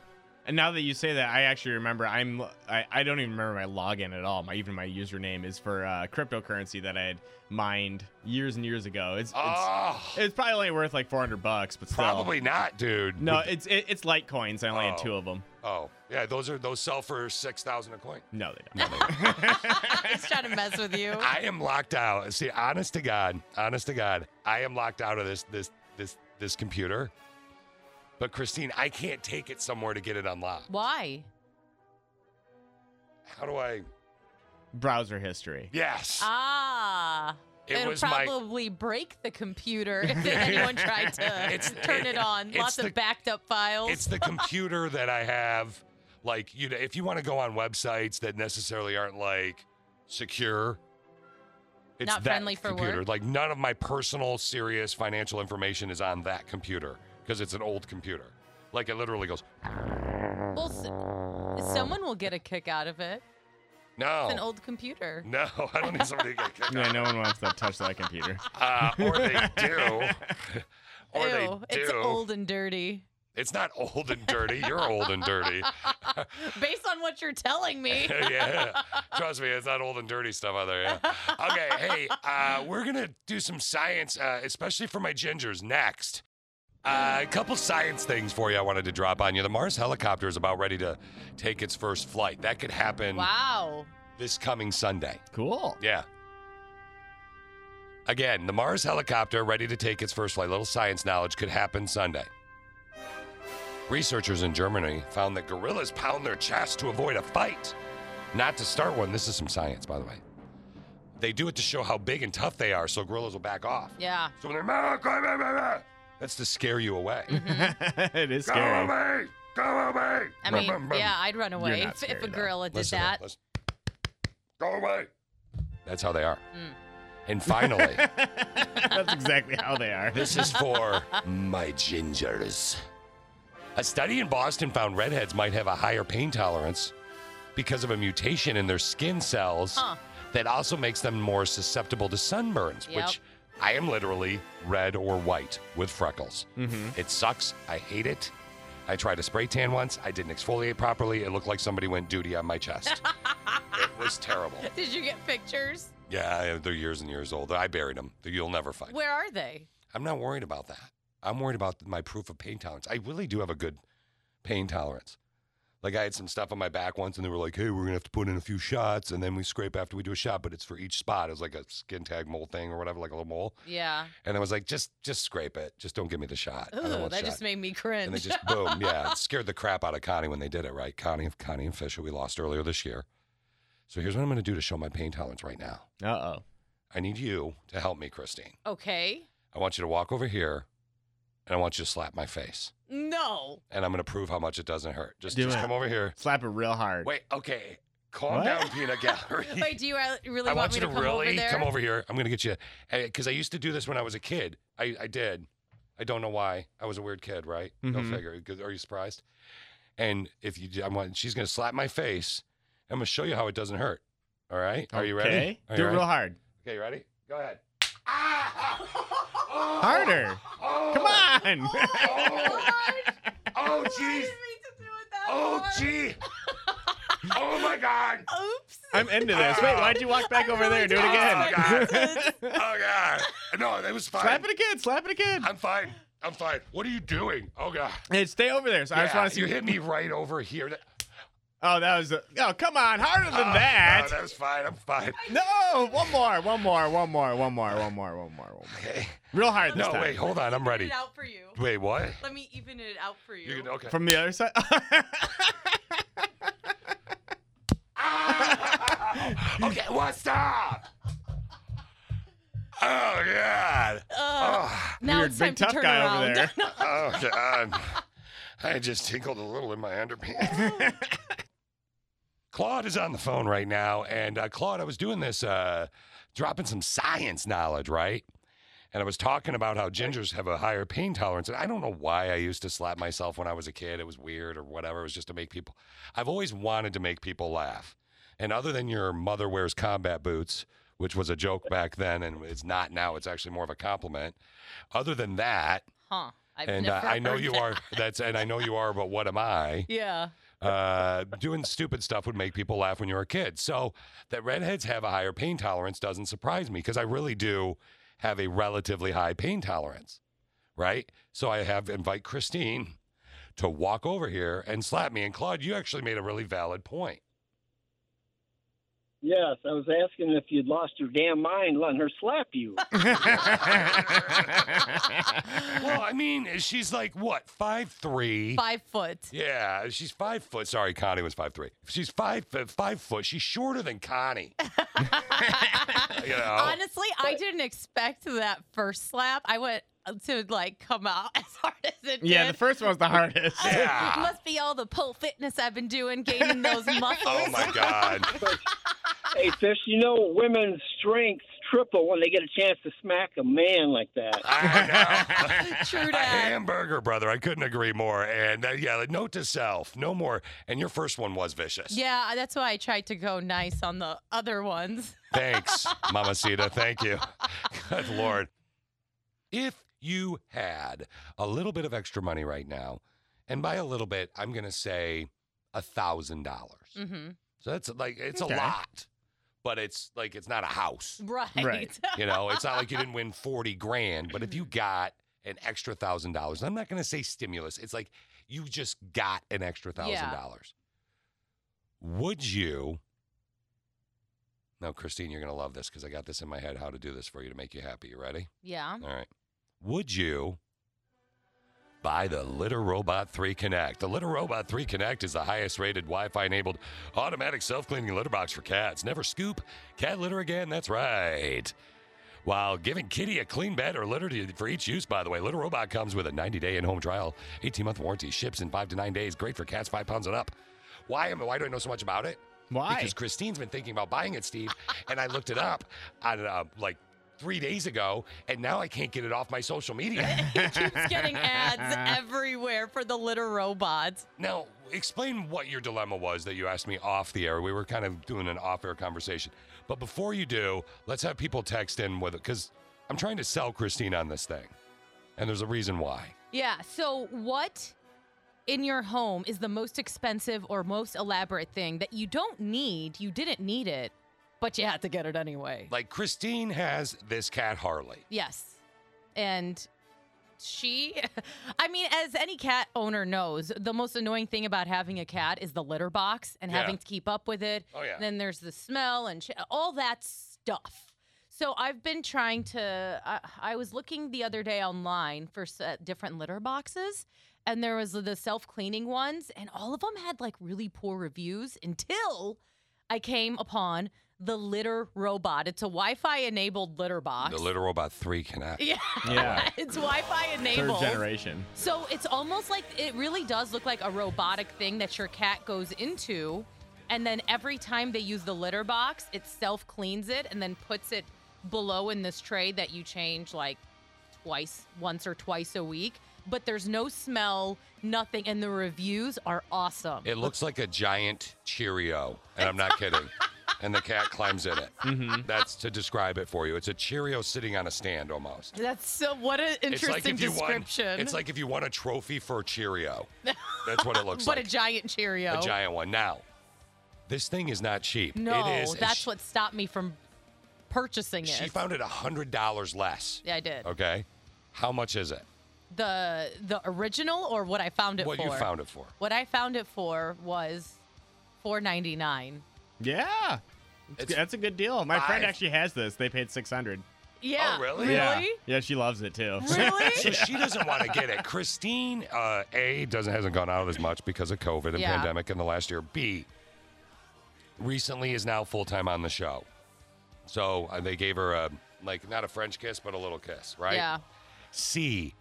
Speaker 1: And now that you say that, I actually remember. I'm I, I don't even remember my login at all. My even my username is for uh, cryptocurrency that I had mined years and years ago. It's
Speaker 7: Oh.
Speaker 1: it's, it's probably only worth like 400 bucks, but still.
Speaker 7: Probably not, dude.
Speaker 1: No, it's it, it's Litecoins. I only had
Speaker 7: Oh.
Speaker 1: two of them.
Speaker 7: Oh, yeah, those are those sell for six thousand a coin.
Speaker 1: No, they don't.
Speaker 8: He's trying to mess with you.
Speaker 7: I am locked out. See, honest to God, honest to God, I am locked out of this this this this computer. But Christine, I can't take it somewhere to get it unlocked.
Speaker 8: Why?
Speaker 7: How do I?
Speaker 1: Browser history.
Speaker 7: Yes.
Speaker 8: Ah.
Speaker 7: It
Speaker 8: It will
Speaker 7: was my-
Speaker 8: probably break the computer if anyone tried to
Speaker 7: It's-
Speaker 8: turn it, on.
Speaker 7: it's
Speaker 8: Lots
Speaker 7: the-
Speaker 8: of backed up files.
Speaker 7: It's the computer that I have. Like you know, if you want to go on websites that necessarily aren't like secure, it's
Speaker 8: Not
Speaker 7: that
Speaker 8: friendly for
Speaker 7: computer.
Speaker 8: work?
Speaker 7: Like none of my personal, serious financial information is on that computer because it's an old computer. Like it literally goes.
Speaker 8: Well, s- someone will get a kick out of it.
Speaker 7: No.
Speaker 8: It's an old computer.
Speaker 7: No, I don't need somebody to get kicked
Speaker 1: Yeah, no one wants to touch that computer.
Speaker 7: Uh, or they do. or
Speaker 8: Ew,
Speaker 7: they do.
Speaker 8: it's old and dirty.
Speaker 7: It's not old and dirty. You're old and dirty.
Speaker 8: Based on what you're telling me.
Speaker 7: yeah. Trust me, it's not old and dirty stuff out there. Yeah. Okay, hey, uh, we're going to do some science, uh, especially for my gingers next. Uh, a couple science things for you I wanted to drop on you. The Mars helicopter is about ready to take its first flight. That could happen
Speaker 8: Wow.
Speaker 7: this coming Sunday.
Speaker 1: Cool.
Speaker 7: Yeah. Again, the Mars helicopter ready to take its first flight. Little science knowledge could happen Sunday. Researchers in Germany found that gorillas pound their chest to avoid a fight, not to start one. This is some science, by the way. They do it to show how big and tough they are, so gorillas will back off.
Speaker 8: Yeah.
Speaker 7: So when they're that's to scare you away.
Speaker 8: Mm-hmm.
Speaker 1: it is
Speaker 7: Go
Speaker 1: scary.
Speaker 7: away! Go away!
Speaker 8: I
Speaker 7: Brum,
Speaker 8: mean,
Speaker 7: brum, brum.
Speaker 8: yeah, I'd run away
Speaker 7: not
Speaker 8: if, if
Speaker 7: scary,
Speaker 8: a
Speaker 7: though.
Speaker 8: gorilla did
Speaker 7: Listen,
Speaker 8: that.
Speaker 7: listen. Go away! That's how they are.
Speaker 8: Mm.
Speaker 7: And finally,
Speaker 1: That's exactly how they are.
Speaker 7: This is for my gingers. A study in Boston found redheads might have a higher pain tolerance because of a mutation in their skin cells
Speaker 2: Huh.
Speaker 7: that also makes them more susceptible to sunburns,
Speaker 2: Yep.
Speaker 7: which I am literally red or white with freckles.
Speaker 2: Mhm.
Speaker 7: It sucks. I hate it. I tried a spray tan once. I didn't exfoliate properly. It looked like somebody went duty on my chest. it was terrible.
Speaker 8: Did you get pictures?
Speaker 7: Yeah, they're years and years old. I buried them. You'll never find
Speaker 8: Where are they?
Speaker 7: I'm not worried about that. I'm worried about my proof of pain tolerance. I really do have a good pain tolerance. Like I had some stuff on my back once, and they were like, "Hey, we're gonna have to put in a few shots, and then we scrape after we do a shot, but it's for each spot. It's like a skin tag mole thing or whatever, like a little mole."
Speaker 8: Yeah.
Speaker 7: And I was like, "Just, just scrape it. Just don't give me the shot. I don't
Speaker 8: Ooh,
Speaker 7: want
Speaker 8: that
Speaker 7: shot."
Speaker 8: just made me cringe.
Speaker 7: and they just boom, yeah, it scared the crap out of Connie when they did it, right? Connie, Connie and Fisher, we lost earlier this year. So here's what I'm gonna do to show my pain tolerance right now.
Speaker 1: Uh oh.
Speaker 7: I need you to help me, Christine.
Speaker 8: okay.
Speaker 7: I want you to walk over here and I want you to slap my face.
Speaker 8: No.
Speaker 7: And I'm going to prove how much it doesn't hurt. Just,
Speaker 1: Do
Speaker 7: just
Speaker 1: it.
Speaker 7: come over here.
Speaker 1: Slap it real hard.
Speaker 7: Wait, okay. Calm
Speaker 8: What?
Speaker 7: down, peanut gallery.
Speaker 8: Wait, do you re- really
Speaker 7: I want,
Speaker 8: want, me
Speaker 7: you
Speaker 8: to,
Speaker 7: to,
Speaker 8: come
Speaker 7: really
Speaker 8: over there?
Speaker 7: come over here. I'm going to get you because I used to do this when I was a kid. I, I did. I don't know why. I was a weird kid, right?
Speaker 17: Mhm.
Speaker 1: Mm-hmm.
Speaker 7: No figure. 'Cause- Are you surprised? And if you, do- I want, she's going to slap my face. I'm going to show you how it doesn't hurt. All right. Are you ready?
Speaker 1: Okay.
Speaker 7: Are
Speaker 1: Do
Speaker 7: you
Speaker 1: it
Speaker 7: ready?
Speaker 1: real hard.
Speaker 7: Okay, you ready? Go ahead. Ah!
Speaker 1: Harder. Come on.
Speaker 7: Oh, jeez. Oh, gee. Oh, my God.
Speaker 1: I'm into this. Wait, why'd you walk back over there? Do it again.
Speaker 7: Oh, God. Oh, God. No, that was fine.
Speaker 1: Slap it again. Slap it again.
Speaker 7: I'm fine. I'm fine. What are you doing? Oh, God.
Speaker 1: Hey, stay over there. So I just
Speaker 7: Yeah,
Speaker 1: want to see
Speaker 7: You hit me right over here. That-
Speaker 1: Oh, that was. A... Oh, come on, harder than
Speaker 7: Oh,
Speaker 1: that.
Speaker 7: No, that was fine. I'm fine.
Speaker 1: No, one more, one more, one more, one more, one more, one more, one more.
Speaker 7: Okay.
Speaker 1: Real hard this
Speaker 7: No,
Speaker 1: time.
Speaker 7: wait, hold on. I'm ready.
Speaker 8: Even it out for you.
Speaker 7: Wait, what?
Speaker 8: Let me even it out for you.
Speaker 7: okay.
Speaker 1: From the other side.
Speaker 7: Ah! okay, what's up? Oh God! oh.
Speaker 8: now Weird it's time big to tough turn guy over around. there.
Speaker 7: oh God! I just tinkled a little in my underpants. Claude is on the phone right now, and uh, Claude, I was doing this, uh, dropping some science knowledge, right? And I was talking about how gingers have a higher pain tolerance, and I don't know why I used to slap myself when I was a kid. It was weird or whatever. It was just to make people. I've always wanted to make people laugh, and other than your mother wears combat boots, which was a joke back then, and it's not now. It's actually more of a compliment. Other than that,
Speaker 8: Huh. I've
Speaker 7: and uh,
Speaker 8: never
Speaker 7: I know
Speaker 8: heard
Speaker 7: you
Speaker 8: that.
Speaker 7: are. That's and I know you are. But what am I?
Speaker 8: Yeah.
Speaker 7: uh, doing stupid stuff would make people laugh when you were a kid. So that redheads have a higher pain tolerance doesn't surprise me because I really do have a relatively high pain tolerance, right? So I have invite Christine to walk over here and slap me. And Claude, you actually made a really valid point.
Speaker 18: Yes, I was asking if you'd lost your damn mind letting her slap you.
Speaker 7: well, I mean, she's like what five three.
Speaker 8: Five foot.
Speaker 7: Yeah, she's five foot. Sorry, Connie was five three. She's five foot- five foot. She's shorter than Connie. you know,
Speaker 8: Honestly, I didn't expect that first slap. I went uh, to like come out as hard as it did.
Speaker 1: yeah, the first one was the hardest.
Speaker 8: It must be all the pole fitness I've been doing, gaining those muscles.
Speaker 7: Oh my God!
Speaker 18: hey, Fish, you know women's strengths triple when they get a chance to smack a man like that.
Speaker 8: True
Speaker 7: A hamburger, brother. I couldn't agree more. And uh, yeah, like, note to self, no more. And your first one was vicious.
Speaker 8: Yeah, that's why I tried to go nice on the other ones.
Speaker 7: Thanks, Mamacita. Thank you. Good Lord. If you had a little bit of extra money right now, and by a little bit, I'm going to say a thousand dollars.
Speaker 8: Mm-hmm.
Speaker 7: So that's like it's
Speaker 8: Okay.
Speaker 7: a lot, but it's like it's not a house,
Speaker 8: Right. Right.
Speaker 7: you know, it's not like you didn't win forty grand, but if you got an extra thousand dollars, I'm not going to say stimulus. It's like you just got an extra thousand
Speaker 8: Yeah.
Speaker 7: dollars. Would you? Now, Christine, you're going to love this because I got this in my head how to do this for you to make you happy. You ready?
Speaker 8: Yeah.
Speaker 7: All right. Would you buy the Litter Robot 3 Connect? The Litter Robot 3 Connect is the highest rated Wi Fi enabled automatic self cleaning litter box for cats. Never scoop cat litter again. That's right. While giving kitty a clean bed or litter to, for each use, by the way, Litter Robot comes with a 90 day in home trial, 18 month warranty, ships in five to nine days, great for cats five pounds and up. Why am Why do I know so much about it?
Speaker 1: Why?
Speaker 7: Because Christine's been thinking about buying it, Steve, and I looked it up on uh, like three days ago, and now I can't get it off my social media.
Speaker 8: It keeps getting ads everywhere for the litter robots.
Speaker 7: Now, explain what your dilemma was that you asked me off the air. We were kind of doing an off air conversation. But before you do, let's have people text in with it because I'm trying to sell Christine on this thing. And there's a reason why.
Speaker 8: Yeah. So, what in your home is the most expensive or most elaborate thing that you don't need? You didn't need it, but you had to get it anyway.
Speaker 7: Like, Christine has this cat, Harley.
Speaker 8: Yes. And she, I mean, as any cat owner knows, the most annoying thing about having a cat is the litter box and
Speaker 19: Yeah.
Speaker 8: having to keep up with it.
Speaker 19: Oh, yeah.
Speaker 8: Then there's the smell and sh- all that stuff. So I've been trying to. I, I was looking the other day online for s- uh, different litter boxes, and there was the self cleaning ones, and all of them had like really poor reviews until I came upon the litter robot. It's a Wi-Fi enabled litter box.
Speaker 7: The Little Robot 3 connect.
Speaker 8: Yeah.
Speaker 1: Yeah.
Speaker 8: it's Wi-Fi enabled.
Speaker 1: Third generation.
Speaker 8: So it's almost like it really does look like a robotic thing that your cat goes into. And then every time they use the litter box, it self cleans it and then puts it below in this tray that you change like twice, once or twice a week. But there's no smell, nothing. And the reviews are awesome.
Speaker 7: It looks like a giant Cheerio, and I'm not kidding. And the cat climbs in it. That's to describe it for you. It's a Cheerio sitting on a stand almost.
Speaker 8: That's so, what an interesting description.
Speaker 7: Won, it's like if you won a trophy for a Cheerio. That's what it looks
Speaker 8: but
Speaker 7: like.
Speaker 8: a giant Cheerio.
Speaker 7: A giant one. Now, this thing is not cheap.
Speaker 8: No,
Speaker 7: it is.
Speaker 8: that's what stopped me from purchasing it.
Speaker 7: she found it hundred dollars less.
Speaker 8: Yeah, I did.
Speaker 7: Okay, how much is it?
Speaker 8: The the original or what I found it
Speaker 7: What
Speaker 8: for?
Speaker 7: you found it for?
Speaker 8: What I found it for was four ninety nine.
Speaker 1: Yeah. It's, that's a good deal. My friend actually has this. They paid 600.
Speaker 8: Yeah.
Speaker 7: Oh,
Speaker 1: Yeah. Yeah, she loves it too. Really?
Speaker 7: so she doesn't want to get it. Christine, uh, A, doesn't hasn't gone out as much because of COVID and
Speaker 8: Yeah.
Speaker 7: pandemic in the last year. B, recently is now full time on the show. So uh, they gave her a like not a French kiss, but a little kiss, right?
Speaker 8: Yeah.
Speaker 7: C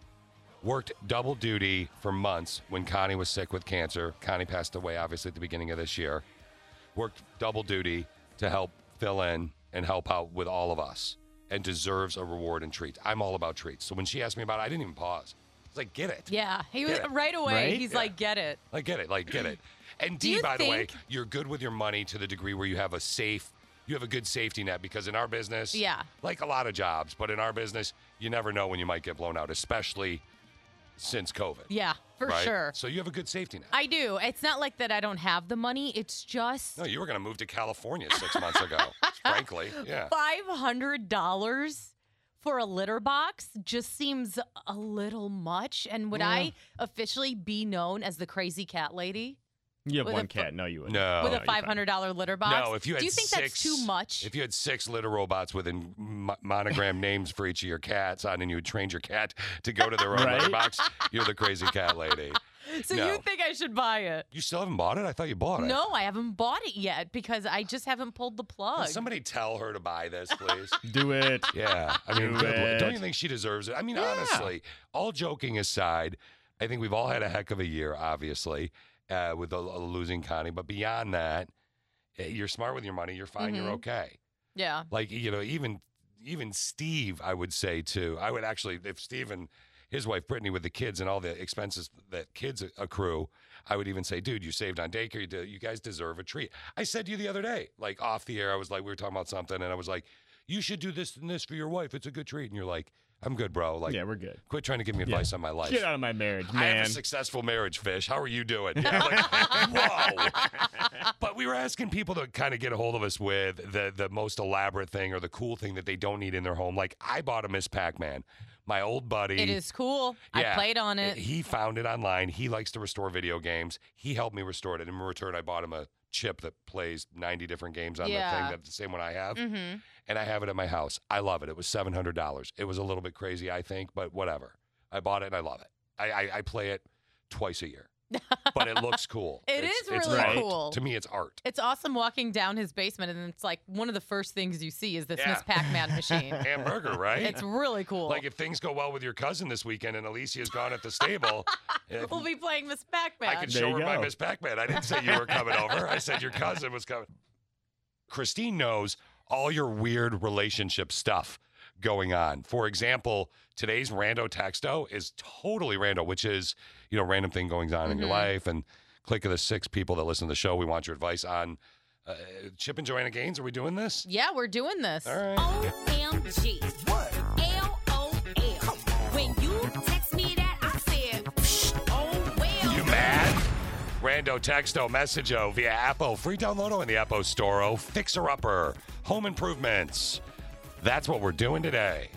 Speaker 7: worked double duty for months when Connie was sick with cancer. Connie passed away obviously at the beginning of this year. Worked double duty to help fill in and help out with all of us and deserves a reward and treat. I'm all about treats. So when she asked me about it, I didn't even pause. I was like, get it.
Speaker 8: Yeah. He was
Speaker 7: Get it.
Speaker 8: right away.
Speaker 7: Right?
Speaker 8: He's
Speaker 7: Yeah.
Speaker 8: like, get it.
Speaker 7: Like get it, like get it. And
Speaker 8: Do
Speaker 7: D,
Speaker 8: you
Speaker 7: by the way,
Speaker 8: think-
Speaker 7: you're good with your money to the degree where you have a safe, you have a good safety net because in our business,
Speaker 8: Yeah.
Speaker 7: like a lot of jobs, but in our business, you never know when you might get blown out, especially since COVID.
Speaker 8: Yeah, for
Speaker 7: right?
Speaker 8: sure.
Speaker 7: So you have a good safety net.
Speaker 8: I do. It's not like that. I don't have the money. It's just
Speaker 7: No, you were going to move to California six months ago. Frankly, yeah.
Speaker 8: five hundred dollars for a litter box just seems a little much. And would I officially be known as the crazy cat lady?
Speaker 1: You have
Speaker 8: With
Speaker 1: one
Speaker 8: a-
Speaker 1: cat. No, you wouldn't.
Speaker 7: No.
Speaker 8: with
Speaker 7: no,
Speaker 8: a
Speaker 7: you're
Speaker 8: five
Speaker 7: fine.
Speaker 8: hundred dollar litter box.
Speaker 7: No, if you had
Speaker 8: do you think
Speaker 7: six,
Speaker 8: that's too much?
Speaker 7: If you had six litter robots with in- mo- monogram names for each of your cats on, and you had trained your cat to go to their own
Speaker 1: Right?
Speaker 7: litter box, you're the crazy cat lady.
Speaker 8: so
Speaker 7: no.
Speaker 8: you think I should buy it?
Speaker 7: You still haven't bought it? I thought you bought it.
Speaker 8: No, I haven't bought it yet because I just haven't pulled the
Speaker 7: Can
Speaker 8: plug.
Speaker 7: somebody tell her to buy this, please?
Speaker 1: Do it.
Speaker 7: Yeah. I mean,
Speaker 1: Do
Speaker 7: good lord. don't
Speaker 1: it.
Speaker 7: you think she deserves it? I mean, honestly, all joking aside, I think we've all had a heck of a year, obviously, uh, with the, uh, losing Connie. But beyond that, eh, you're smart with your money. You're fine. You're
Speaker 8: Mhm.
Speaker 7: okay.
Speaker 8: yeah.
Speaker 7: Like you know, even even Steve, I would say too. I would actually, if Steve and his wife Brittany with the kids and all the expenses that kids accrue, I would even say, dude, you saved on daycare. You, de- you guys deserve a treat. I said to you the other day, like off the air, I was like, we were talking about something, and I was like, you should do this and this for your wife. It's a good treat. And you're like, I'm good, bro. Like, yeah,
Speaker 1: we're good.
Speaker 7: Quit trying to give me advice on my life.
Speaker 1: Get out of my marriage,
Speaker 7: I have
Speaker 1: man.
Speaker 7: a successful marriage, Fish. How are you doing? Yeah, I'm like, whoa. But we were asking people to kind of get a hold of us with the the most elaborate thing or the cool thing that they don't need in their home. Like I bought a Miss Pac-Man. My old buddy.
Speaker 8: It is cool. I
Speaker 7: Yeah.
Speaker 8: played on it.
Speaker 7: He found it online. He likes to restore video games. He helped me restore it. And in return, I bought him a chip that plays 90 different games on the
Speaker 8: Yeah.
Speaker 7: thing. That's the same one I have.
Speaker 8: Mhm.
Speaker 7: And I have it at my house. I love it. It was $700. It was a little bit crazy, I think, but whatever. I bought it and I love it. I, I, I play it twice a year, but it looks cool.
Speaker 8: It is really
Speaker 7: art.
Speaker 8: cool.
Speaker 7: To me, it's art.
Speaker 8: It's awesome walking down his basement, and it's like one of the first things you see is this
Speaker 7: Yeah.
Speaker 8: Miss Pac-Man machine.
Speaker 7: Hamburger, right?
Speaker 8: It's really cool.
Speaker 7: Like if things go well with your cousin this weekend and Alicia's gone at the stable, if-
Speaker 8: we'll be playing Miss Pac-Man.
Speaker 7: I could show her my Miss Pac-Man. I didn't say you were coming over. I said your cousin was coming. Christine knows all your weird relationship stuff going on. For example, today's rando texto is totally rando, which is you know random thing going on in your
Speaker 17: Mhm.
Speaker 7: life. And click of the six people that listen to the show. We want your advice on uh, Chip and Joanna Gaines. Are we doing this?
Speaker 8: Yeah, we're doing this.
Speaker 7: All right.
Speaker 19: OMG. What? LOL. When you text me that, I said, oh well.
Speaker 7: You mad? Rando texto messageo via Apple. Free downloado in the Apple Store. Fixer upper. Home improvements. That's what we're doing today.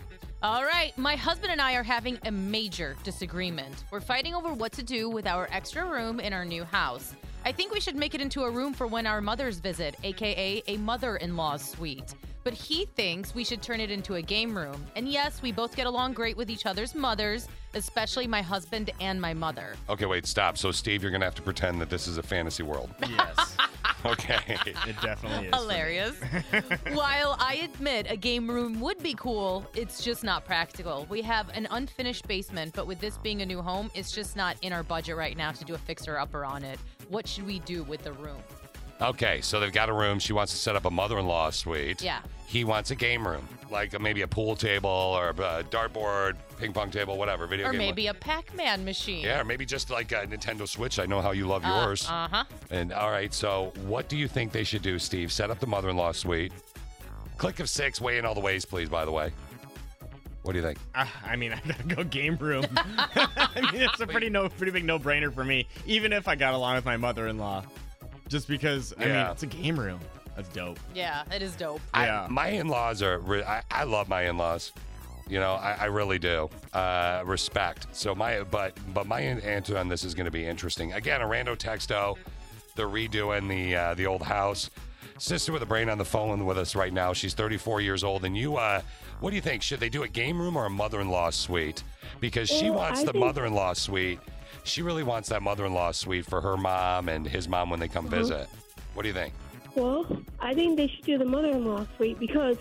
Speaker 8: All right, my husband and I are having a major disagreement. We're fighting over what to do with our extra room in our new house. I think we should make it into a room for when our mothers visit, aka a mother in law's suite. But he thinks we should turn it into a game room. And yes, we both get along great with each other's mothers, especially my husband and my mother.
Speaker 7: Okay, wait, stop. So, Steve, you're going to have to pretend that this is a fantasy world.
Speaker 1: Yes.
Speaker 7: okay. It
Speaker 1: definitely
Speaker 8: Hilarious. While I admit a game room would be cool, it's just not practical. We have an unfinished basement, but with this being a new home, it's just not in our budget right now to do a fixer upper on it. What should we do with the room?
Speaker 7: Okay, so they've got a room. She wants to set up a mother-in-law suite.
Speaker 8: Yeah.
Speaker 7: He wants a game room, like uh, maybe a pool table or a dartboard, ping pong table, whatever. Video
Speaker 8: or
Speaker 7: game.
Speaker 8: maybe a Pac-Man machine.
Speaker 7: Yeah, or maybe just like a Nintendo Switch. I know how you love
Speaker 8: Uh,
Speaker 7: yours.
Speaker 8: uh-huh.
Speaker 7: And all right, so what do you think they should do, Steve? Set up the mother-in-law suite. Click of six. Weigh in all the ways, please. By the way, what do you think?
Speaker 1: Uh, I mean, I gotta go game room. I mean, it's a pretty no, pretty big no-brainer for me. Even if I got along with my mother-in-law, just because I mean,
Speaker 7: Yeah.
Speaker 1: it's a game room. That's dope.
Speaker 8: Yeah, that is dope.
Speaker 7: I, my in-laws are. Re- I, I love my in-laws. You know, I, I really do. Uh, respect. So my, but but my an- answer on this is going to be interesting. Again, a rando texto. They're redoing the uh, the old house. Sister with a brain on the phone with us right now. She's 34 years old, and you. Uh, what do you think? Should they do a game room or a mother-in-law suite? Because she
Speaker 17: Well,
Speaker 7: wants
Speaker 17: I
Speaker 7: the
Speaker 17: think-
Speaker 7: mother-in-law suite. She really wants that mother-in-law suite for her mom and his mom when they
Speaker 17: Uh-huh.
Speaker 7: come visit. What do you think?
Speaker 17: Well, I think they should do the mother-in-law suite because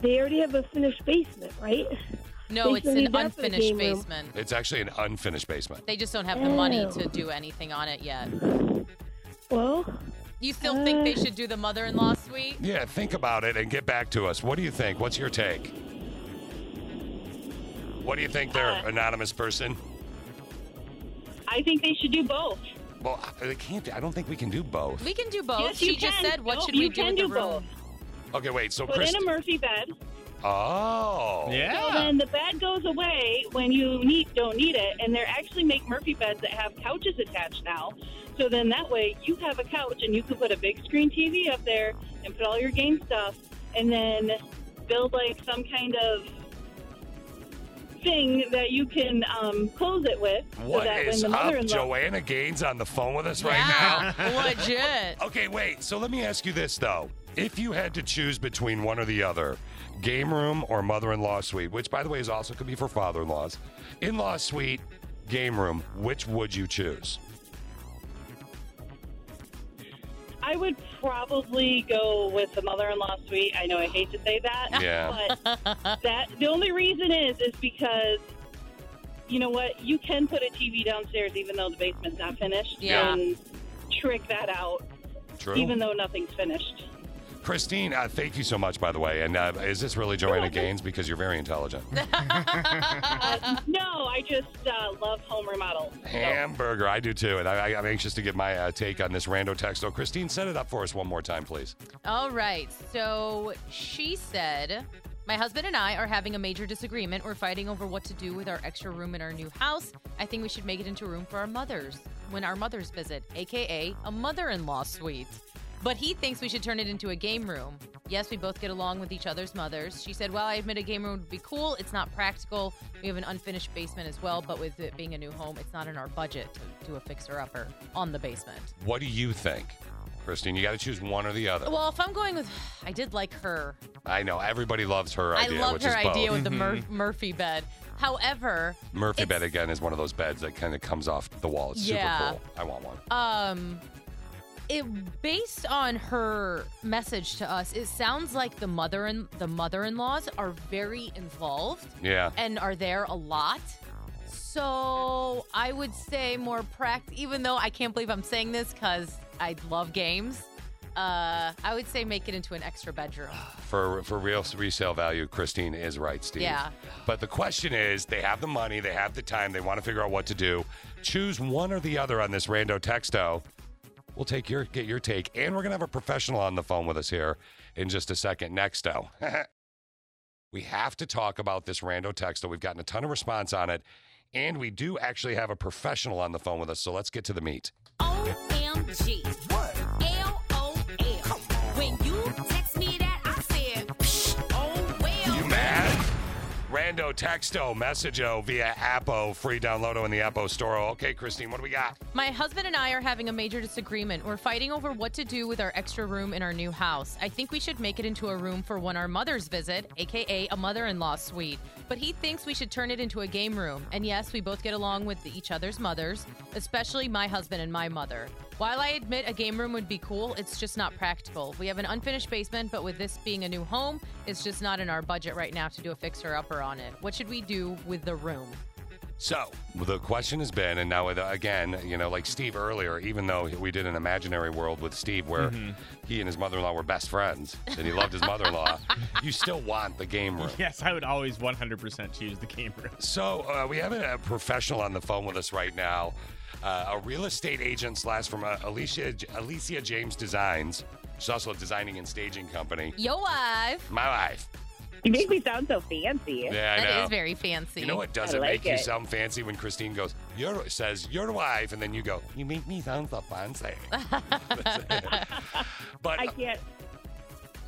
Speaker 17: they already have a finished basement, right?
Speaker 8: No,
Speaker 17: They
Speaker 8: it's
Speaker 17: should leave
Speaker 8: an
Speaker 17: that for the
Speaker 8: unfinished
Speaker 17: game room.
Speaker 8: basement.
Speaker 7: It's actually an unfinished basement.
Speaker 8: They just don't have the money
Speaker 17: Oh.
Speaker 8: to do anything on it yet.
Speaker 17: Well,
Speaker 8: You still think
Speaker 20: uh,
Speaker 8: they should do the mother-in-law suite?
Speaker 7: Yeah, think about it and get back to us. What do you think? What's your take? What do you think there,
Speaker 20: Uh.
Speaker 7: anonymous person?
Speaker 20: I think they should do both.
Speaker 7: Well, I I can't. I don't think we can do both.
Speaker 8: We can do both.
Speaker 20: Yes, you
Speaker 8: she just
Speaker 20: can.
Speaker 8: said, "What
Speaker 20: Nope,
Speaker 8: should we
Speaker 20: you
Speaker 8: do
Speaker 20: can
Speaker 8: with the
Speaker 20: do
Speaker 8: room?"
Speaker 7: Okay, wait. So,
Speaker 20: Put
Speaker 7: Chris.
Speaker 20: in a Murphy bed.
Speaker 7: Oh.
Speaker 20: So then the bed goes away when you need don't need it, and they actually make Murphy beds that have couches attached now. So then that way you have a couch and you can put a big screen TV up there and put all your game stuff, and then build like some kind of thing that you can um, close it with. so
Speaker 7: What
Speaker 20: that
Speaker 7: is
Speaker 20: when the
Speaker 7: up?
Speaker 20: mother-in-law
Speaker 7: Joanna Gaines on the phone with us right now.
Speaker 8: legit.
Speaker 7: Okay, wait. So let me ask you this though: If you had to choose between one or the other, game room or mother-in-law suite, which by the way is also could be for father-in-laws, in-law suite, game room, which would you choose?
Speaker 20: I would probably go with the mother-in-law suite. I know I hate to say that,
Speaker 7: Yeah.
Speaker 20: but that the only reason is is because you know what? You can put a TV downstairs even though the basement's not finished.
Speaker 7: Yeah.
Speaker 20: And trick that out,
Speaker 7: True.
Speaker 20: even though nothing's finished.
Speaker 7: Christine, uh, thank you so much, by the way. And uh, is this really Joanna Gaines? Because you're very intelligent.
Speaker 20: Uh, no, I just uh, love home remodels.
Speaker 7: Hamburger, I do too. And I, I, I'm anxious to get my uh, take on this rando text. So, Christine, set it up for us one more time, please.
Speaker 8: All right. So she said, My husband and I are having a major disagreement. We're fighting over what to do with our extra room in our new house. I think we should make it into a room for our mothers when our mothers visit, AKA a mother in law suite. But he thinks we should turn it into a game room. Yes, we both get along with each other's mothers. She said, Well, I admit a game room would be cool. It's not practical. We have an unfinished basement as well, but with it being a new home, it's not in our budget to do a fixer upper on the basement.
Speaker 7: What do you think, Christine? You got to choose one or the other.
Speaker 8: Well, if I'm going with, I did like her.
Speaker 7: I know everybody loves her
Speaker 8: I
Speaker 7: idea.
Speaker 8: loved
Speaker 7: which
Speaker 8: her
Speaker 7: is both. Mm-hmm.
Speaker 8: idea with the Mur- Murphy bed. However,
Speaker 7: Murphy bed again is one of those beds that kind of comes off the wall. It's
Speaker 8: Yeah.
Speaker 7: super cool. I want one.
Speaker 8: um, it based on her message to us, it sounds like the mother and the mother-in-laws are very involved
Speaker 7: Yeah.
Speaker 8: and are there a lot. So I would say more practice. Even though I can't believe I'm saying this because I love games, uh, I would say make it into an extra bedroom.
Speaker 7: for for real resale value, Christine is right, Steve.
Speaker 8: Yeah.
Speaker 7: But the question is, they have the money, they have the time, they want to figure out what to do. Choose one or the other on this rando texto. We'll take your get your take, and we're gonna have a professional on the phone with us here in just a second. Next, though, we have to talk about this rando texto. We've gotten a ton of response on it, and we do actually have a professional on the phone with us. So let's get to the meat.
Speaker 19: OMG. What? LOL. When you text me that, I said, Psh, oh well.
Speaker 7: You mad? Rando texto messageo via Appo free downloado in the Appo store. Okay, Christine, what do we got?
Speaker 8: My husband and I are having a major disagreement. We're fighting over what to do with our extra room in our new house. I think we should make it into a room for when our mothers visit, aka a mother in law suite. But he thinks we should turn it into a game room. And yes, we both get along with each other's mothers, especially my husband and my mother. While I admit a game room would be cool, it's just not practical. We have an unfinished basement, but with this being a new home, it's just not in our budget right now to do a fixer upper on it. What should we do with the room?
Speaker 7: So the question has been, and now with- again, you know, like Steve earlier, even though we did an imaginary world with Steve where
Speaker 2: Mhm.
Speaker 7: he and his mother-in-law were best friends and he loved his mother-in-law, you still want the game room.
Speaker 1: Yes, I would always 100% choose the game room.
Speaker 7: So uh, we have a professional on the phone with us right now, uh, a real estate agent slash from uh, Alicia Alicia James Designs. She's also a designing and staging company.
Speaker 8: Yo, wife.
Speaker 7: My wife.
Speaker 20: You make me sound so fancy.
Speaker 7: Yeah, I
Speaker 8: That
Speaker 7: know.
Speaker 8: is very fancy.
Speaker 7: You know what doesn't make you sound fancy when Christine goes, your says your wife, and then you go, you make me sound so fancy. but uh,
Speaker 20: I can't.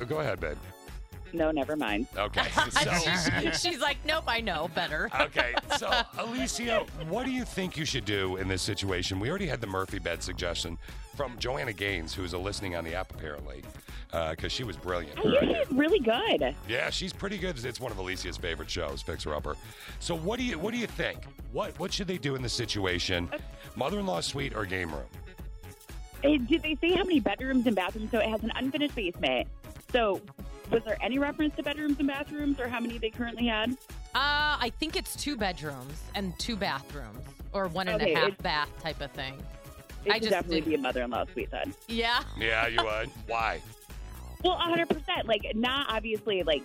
Speaker 7: go ahead, babe.
Speaker 20: No, never mind.
Speaker 7: Okay. So,
Speaker 8: She's like, nope, I know better. Uh,
Speaker 7: okay. So, Alicia, what do you think you should do in this situation? We already had the Murphy bed suggestion from Joanna Gaines, who's a listening on the app apparently, because she was brilliant.
Speaker 20: I hear she's really good.
Speaker 7: Yeah, she's pretty good. It's one of Alicia's favorite shows, Fixer Upper. So what do you what do you think? What what should they do in this situation? Mother-in-law suite or game room?
Speaker 20: Eh, Did they say how many bedrooms and bathrooms? So it has an unfinished basement. So was there any reference to bedrooms and bathrooms or how many they currently had?
Speaker 8: Uh, I think it's two bedrooms and two bathrooms, or one and a half
Speaker 20: Okay, it's-
Speaker 8: bath type of thing.
Speaker 20: It
Speaker 8: I
Speaker 20: should
Speaker 8: just
Speaker 20: definitely
Speaker 8: did-
Speaker 20: be a mother-in-law suite then.
Speaker 8: Yeah.
Speaker 7: Yeah, you would. Why?
Speaker 20: Well, 100%. Like, not obviously, like,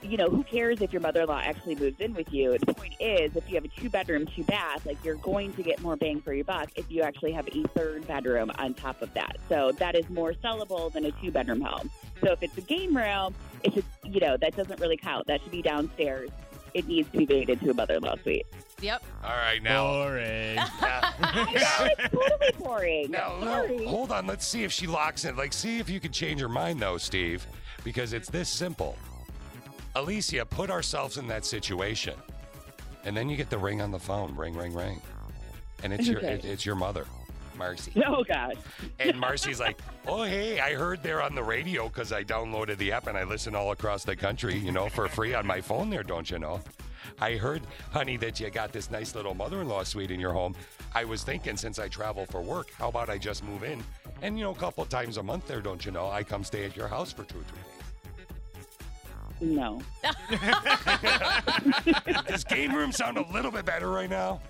Speaker 20: you know, who cares if your mother in law actually moves in with you? The point is, if you have a two bedroom, two bath, like, you're going to get more bang for your buck if you actually have a third bedroom on top of that. So that is more sellable than a two bedroom home. So if it's a game room, it should, you know, that doesn't really count. That should be downstairs. It needs to be made into a mother in law suite.
Speaker 8: Yep.
Speaker 7: All right, now.
Speaker 1: Boring.
Speaker 20: totally boring.
Speaker 7: Now, no, hold on. Let's see if she locks in. Like, see if you could change her mind, though, Steve, because it's this simple. Alicia, put ourselves in that situation, and then you get the ring on the phone. Ring, ring, ring, and it's your
Speaker 20: Okay.
Speaker 7: it, it's your mother, Marcy.
Speaker 20: Oh, gosh.
Speaker 7: And Marcy's like, "Oh, hey, I heard they're on the radio because I downloaded the app and I listen all across the country, you know, for free on my phone. There, don't you know? I heard, honey, that you got this nice little mother-in-law suite in your home. I was thinking, since I travel for work, how about I just move in? And you know, a couple times a month, there, don't you know, I come stay at your house for two or three
Speaker 20: No.
Speaker 7: days. Does game room sound a little bit better right now?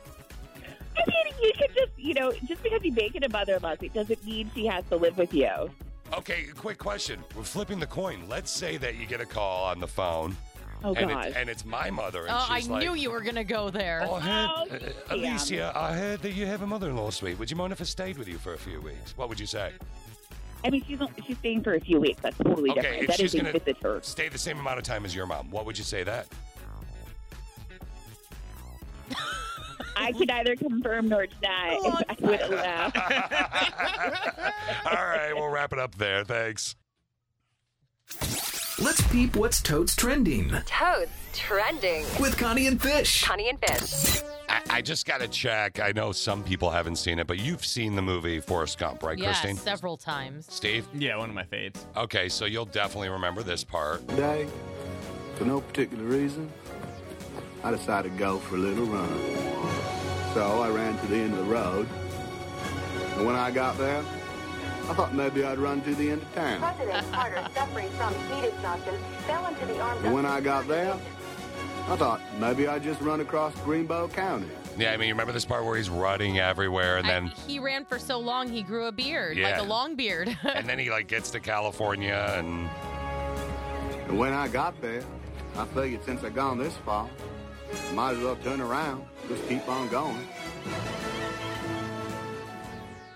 Speaker 20: I mean, you could just, you know, just because you make it a mother in law suite doesn't mean she has to live with you.
Speaker 7: Okay, quick question. We're flipping the coin. Let's say that you get a call on the phone.
Speaker 8: Oh,
Speaker 7: and,
Speaker 8: God.
Speaker 7: It's, and it's my mother. And
Speaker 8: Oh, I
Speaker 7: she's like,
Speaker 8: knew you were gonna go there.
Speaker 7: I heard, uh, Alicia, I heard that you have a mother-in-law suite. Would you mind if I stayed with you for a few weeks? What would you say?
Speaker 20: I mean, she's she's staying for a few weeks. That's totally
Speaker 7: okay,
Speaker 20: different.
Speaker 7: if
Speaker 20: That
Speaker 7: she's
Speaker 20: is a
Speaker 7: going
Speaker 20: visit.
Speaker 7: to stay the same amount of time as your mom, what would you say that?
Speaker 20: I can neither confirm nor deny if I would allow.
Speaker 7: All right, we'll wrap it up there. Thanks.
Speaker 12: Let's peep what's totes trending
Speaker 13: Toads trending.
Speaker 12: with Connie and Fish.
Speaker 13: Connie and Fish.
Speaker 7: I, I just got to check. I know some people haven't seen it, but you've seen the movie Forrest Gump, right,
Speaker 8: yeah,
Speaker 7: Christine?
Speaker 8: several times.
Speaker 7: Steve?
Speaker 1: Yeah, one of my faves.
Speaker 7: Okay, so you'll definitely remember this part.
Speaker 21: Today, for no particular reason, I decided to go for a little run. So I ran to the end of the road. And when I got there, I thought maybe I'd run to the end of town.
Speaker 16: President Carter, suffering from heat exhaustion, fell into the arms
Speaker 21: And when I got there, I thought maybe I'd just run across Greenbow County.
Speaker 7: Yeah, I mean, you remember this part where he's running everywhere and then.
Speaker 8: He ran for so long, he grew a beard, like
Speaker 7: Yeah.
Speaker 8: a long beard.
Speaker 7: and then he like gets to California and
Speaker 21: And when I got there, I figured since I'd gone this far, might as well turn around, just keep on going.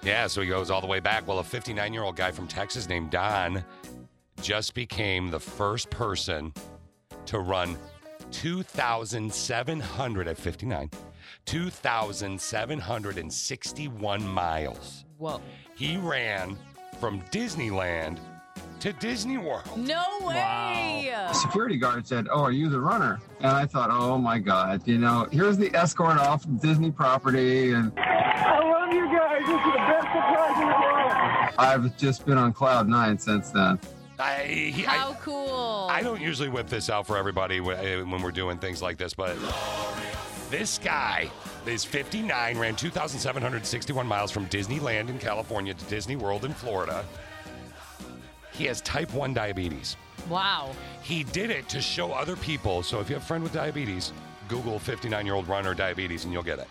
Speaker 7: yeah, so he goes all the way back. Well, a 59 year old guy from Texas named Don just became the first person to run 2,700 at 59, 2,761 miles.
Speaker 8: Whoa.
Speaker 7: He ran from Disneyland to Disney World.
Speaker 8: no way.
Speaker 22: security guard said, Oh, are you the runner? And I thought, Oh my God, you know, here's the escort off Disney property. And
Speaker 2: I love you guys. This is the best surprise in the world.
Speaker 22: I've just been on cloud nine since then.
Speaker 7: I, he,
Speaker 8: How cool.
Speaker 7: I don't usually whip this out for everybody wh- eh, when we're doing things like this, but this guy is 59, ran 2,761 miles from Disneyland in California to Disney World in Florida. He has type 1 diabetes.
Speaker 8: Wow.
Speaker 7: He did it to show other people. So if you have a friend with diabetes, Google 59 year old runner diabetes and you'll get it.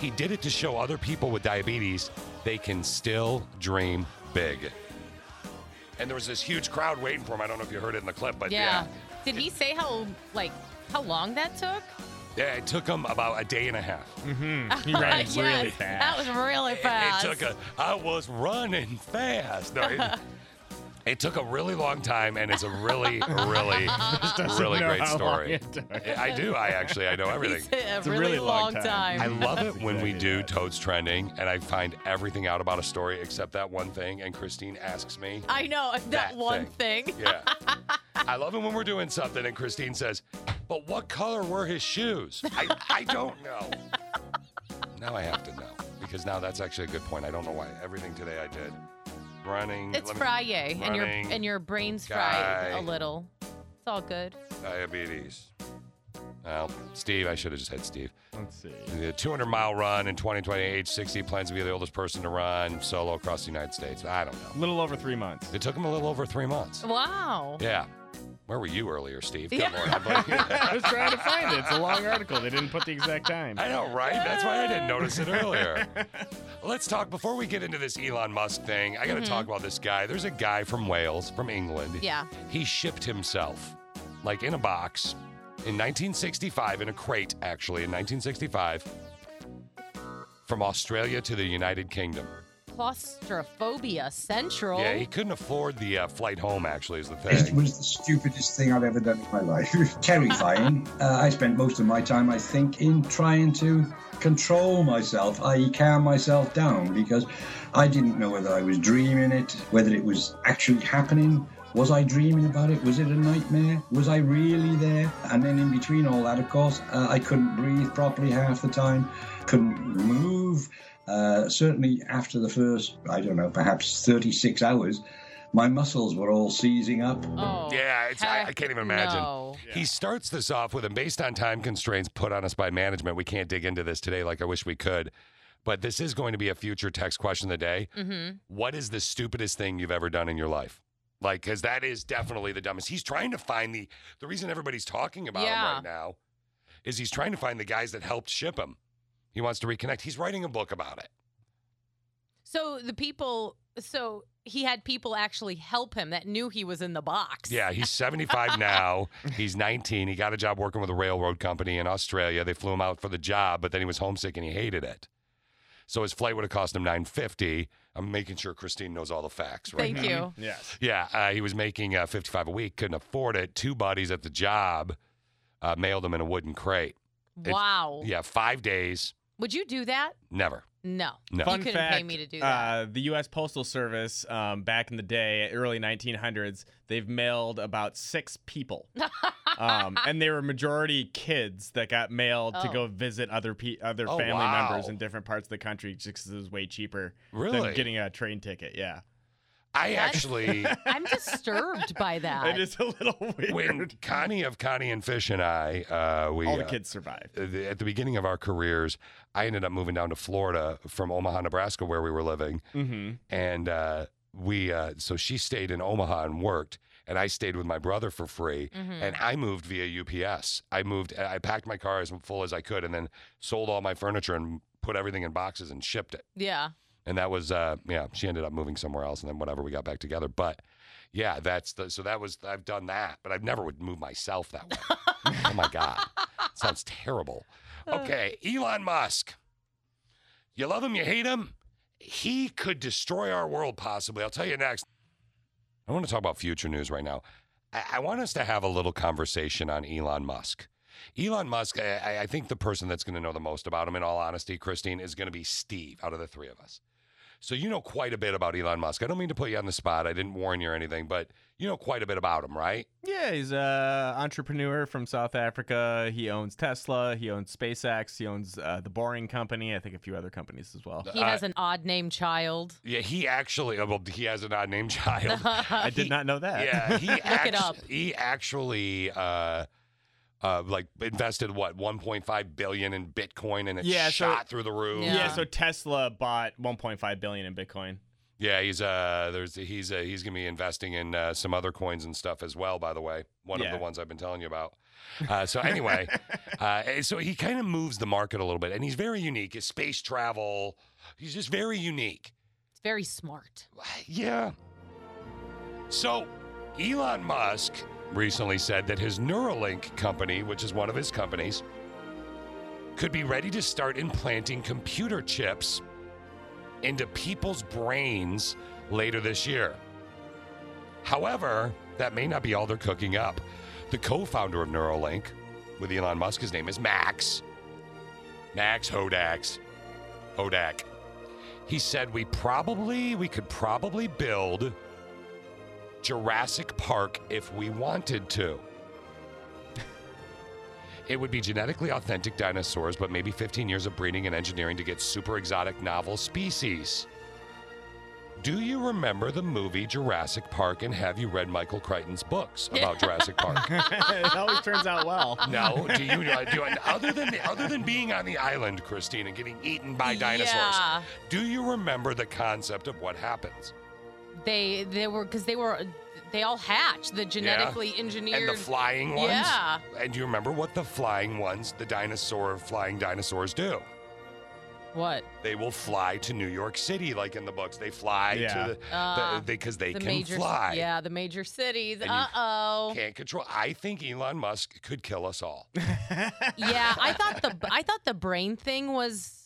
Speaker 7: He did it to show other people with diabetes they can still dream big. And there was this huge crowd waiting for him. I don't know if you heard it in the clip, but yeah.
Speaker 8: Did he say how like how long that took?
Speaker 7: Yeah, it took him about a day and a half. Mm-hmm.
Speaker 8: He ran Yes, really fast. that was really fast.
Speaker 7: It, took a. I was running fast. No, it, it took a really long time, and it's a really, really,
Speaker 8: Just doesn't
Speaker 7: really
Speaker 8: know
Speaker 7: great
Speaker 8: how
Speaker 7: story.
Speaker 8: long it took.
Speaker 7: I do. I actually, I know everything.
Speaker 8: He said a It's a really really long long time. time.
Speaker 7: I love it when we do Toads Trending, and I find everything out about a story except that one thing. And Christine asks me.
Speaker 8: I know that,
Speaker 7: That
Speaker 8: one thing.
Speaker 7: Yeah. I love it when we're doing something and Christine says, But what color were his shoes? I, I don't know. now I have to know because now that's actually a good point. I don't know why. Everything today I did. Running.
Speaker 8: It's
Speaker 7: let me-
Speaker 8: Friday, and your
Speaker 7: running,
Speaker 8: and your brain's fried
Speaker 7: guy.
Speaker 8: a little. It's all good.
Speaker 7: Diabetes. Well, Steve, I should have just had Steve. Let's see. The 200 mile run in 2020, age 60, plans to be the oldest person to run solo across the United States. I don't know. A little over three months. It took him a little over three months.
Speaker 8: Wow.
Speaker 7: Yeah. Where were you earlier, Steve? Good
Speaker 8: Yeah.
Speaker 7: Lord, I'm like-
Speaker 1: I was trying to find it. It's a long article. They didn't put the exact time.
Speaker 7: I know, right? That's why I didn't notice it earlier. Let's talk before we get into this Elon Musk thing. I got to
Speaker 8: Mhm.
Speaker 7: talk about this guy. There's a guy from Wales, from England.
Speaker 8: Yeah.
Speaker 7: He shipped himself, like in a box, in 1965, in a crate, actually, in 1965, from Australia to the United Kingdom.
Speaker 8: Claustrophobia central.
Speaker 7: Yeah, he couldn't afford the uh, flight home, actually, is the thing.
Speaker 3: was the stupidest thing I've ever done in my life. Terrifying. uh, I spent most of my time, I think, in trying to control myself, i.e., calm myself down, because I didn't know whether I was dreaming it, whether it was actually happening. Was I dreaming about it? Was it a nightmare? Was I really there? And then, in between all that, of course, uh, I couldn't breathe properly half the time, couldn't move. Uh, certainly, after the first, I don't know, perhaps 36 hours, my muscles were all seizing up.
Speaker 8: Oh,
Speaker 7: yeah, it's, I, I can't even imagine.
Speaker 3: no.
Speaker 7: He starts this off with, and based on time constraints put on us by management, we can't dig into this today like I wish we could. But this is going to be a future text question of the day.
Speaker 8: Mm-hmm.
Speaker 7: What is the stupidest thing you've ever done in your life? Like, because that is definitely the dumbest. He's trying to find the the reason everybody's talking about
Speaker 8: Yeah.
Speaker 7: him right now is he's trying to find the guys that helped ship him. He wants to reconnect. He's writing a book about it.
Speaker 8: So the people. So he had people actually help him that knew he was in the box.
Speaker 7: Yeah, he's 75 now. He's 19. He got a job working with a railroad company in Australia. They flew him out for the job, but then he was homesick and he hated it. So his flight would have cost him 950. I'm making sure Christine knows all the facts right
Speaker 8: Thank
Speaker 7: now.
Speaker 8: you. Yes.
Speaker 7: Yeah, uh, he was making uh, 55 a week, couldn't afford it. Two buddies at the job uh, mailed him in a wooden crate. It-
Speaker 8: Wow.
Speaker 7: yeah, 5 days,
Speaker 8: Would you do that?
Speaker 7: never.
Speaker 8: No.
Speaker 7: No.
Speaker 8: You
Speaker 1: Fun
Speaker 8: couldn't
Speaker 1: fact,
Speaker 8: pay me to do that.
Speaker 1: Uh, the U.S. Postal Service, um, back in the day, early 1900s, they've mailed about six people, um, and they were majority kids that got mailed to
Speaker 7: Oh.
Speaker 1: go visit other pe- other
Speaker 7: Oh,
Speaker 1: family
Speaker 7: wow.
Speaker 1: members in different parts of the country, just 'cause it was way cheaper
Speaker 7: Really?
Speaker 1: than getting a train ticket. Yeah,
Speaker 7: I actually
Speaker 8: I'm disturbed by that.
Speaker 1: it is a little weird.
Speaker 7: When Connie of Connie and Fish and I, uh, we
Speaker 1: All the
Speaker 7: uh,
Speaker 1: kids survived.
Speaker 7: uh, the- At the beginning of our careers, I ended up moving down to Florida from Omaha, Nebraska, where we were living,
Speaker 1: Mm-hmm.
Speaker 7: and uh, we. Uh, so she stayed in Omaha and worked, and I stayed with my brother for free,
Speaker 8: Mm-hmm.
Speaker 4: Mhm.
Speaker 7: and I moved via UPS. I moved. I packed my car as full as I could, and then sold all my furniture and put everything in boxes and shipped it.
Speaker 8: yeah.
Speaker 7: And that was, uh, yeah, she ended up moving somewhere else, and then whatever, we got back together. But yeah, that's the so that was I've done that, but I've never would move myself that way. oh my god, sounds terrible. Okay, Elon Musk, you love him, you hate him. He could destroy our world possibly. I'll tell you next. I want to talk about future news right now. I, I want us to have a little conversation on Elon Musk. Elon Musk, I- I, I think the person that's going to know the most about him, in all honesty, Christine, is going to be Steve out of the three of us. So you know quite a bit about Elon Musk. I don't mean to put you on the spot. I didn't warn you or anything, but you know quite a bit about him, right?
Speaker 1: Yeah, he's a entrepreneur from South Africa. He owns Tesla. He owns SpaceX. He owns uh, the Boring Company. I think a few other companies as well.
Speaker 7: uh,
Speaker 8: He has an odd name child.
Speaker 7: Yeah, he actually well, he has an odd name child.
Speaker 1: I did not know that.
Speaker 7: Uh, Yeah, he
Speaker 8: Uh-huh. Look it
Speaker 7: actu-
Speaker 8: up.
Speaker 7: He actually uh, uh, like invested what 1.5 billion in Bitcoin, and it
Speaker 1: Yeah, so-
Speaker 7: shot through the roof.
Speaker 1: Yeah. so Tesla bought 1.5 billion in Bitcoin.
Speaker 7: Yeah, he's uh, there's he's uh, he's gonna be investing in uh, some other coins and stuff as well. By the way, one
Speaker 4: Yeah.
Speaker 7: of the ones I've been telling you about. Uh, so anyway, uh, so he kind of moves the market a little bit, and he's very unique. His space travel, he's just very unique.
Speaker 8: It's very smart.
Speaker 7: Yeah. So, Elon Musk recently said that his Neuralink company, which is one of his companies, could be ready to start implanting computer chips into people's brains later this year. However, that may not be all they're cooking up. The co founder of Neuralink with Elon Musk, his name is Max. Max Hodax. Hodak. He said we probably we could probably build Jurassic Park if we wanted to. It would be genetically authentic dinosaurs, but maybe 15 years of breeding and engineering to get super exotic novel species. Do you remember the movie Jurassic Park and have you read Michael Crichton's books about Jurassic Park?
Speaker 1: it always turns out well.
Speaker 7: No, do you uh, do you- other than other than being on the island, Christine, and getting eaten by dinosaurs?
Speaker 8: Yeah.
Speaker 7: Do you remember the concept of what happens?
Speaker 8: They they were because they were they all hatched the genetically
Speaker 7: Yeah.
Speaker 8: engineered
Speaker 7: and the flying ones.
Speaker 8: Yeah.
Speaker 7: And do you remember what the flying ones, the dinosaur flying dinosaurs, do?
Speaker 8: What?
Speaker 7: They will fly to New York City, like in the books. They fly
Speaker 8: Yeah.
Speaker 7: to
Speaker 8: Ah,
Speaker 7: the because they
Speaker 8: the
Speaker 7: can
Speaker 8: major,
Speaker 7: fly.
Speaker 8: Yeah, the major cities.
Speaker 7: And you
Speaker 8: Uh oh.
Speaker 7: Can't control. I think Elon Musk could kill us all.
Speaker 8: Yeah, I thought the I thought the brain thing was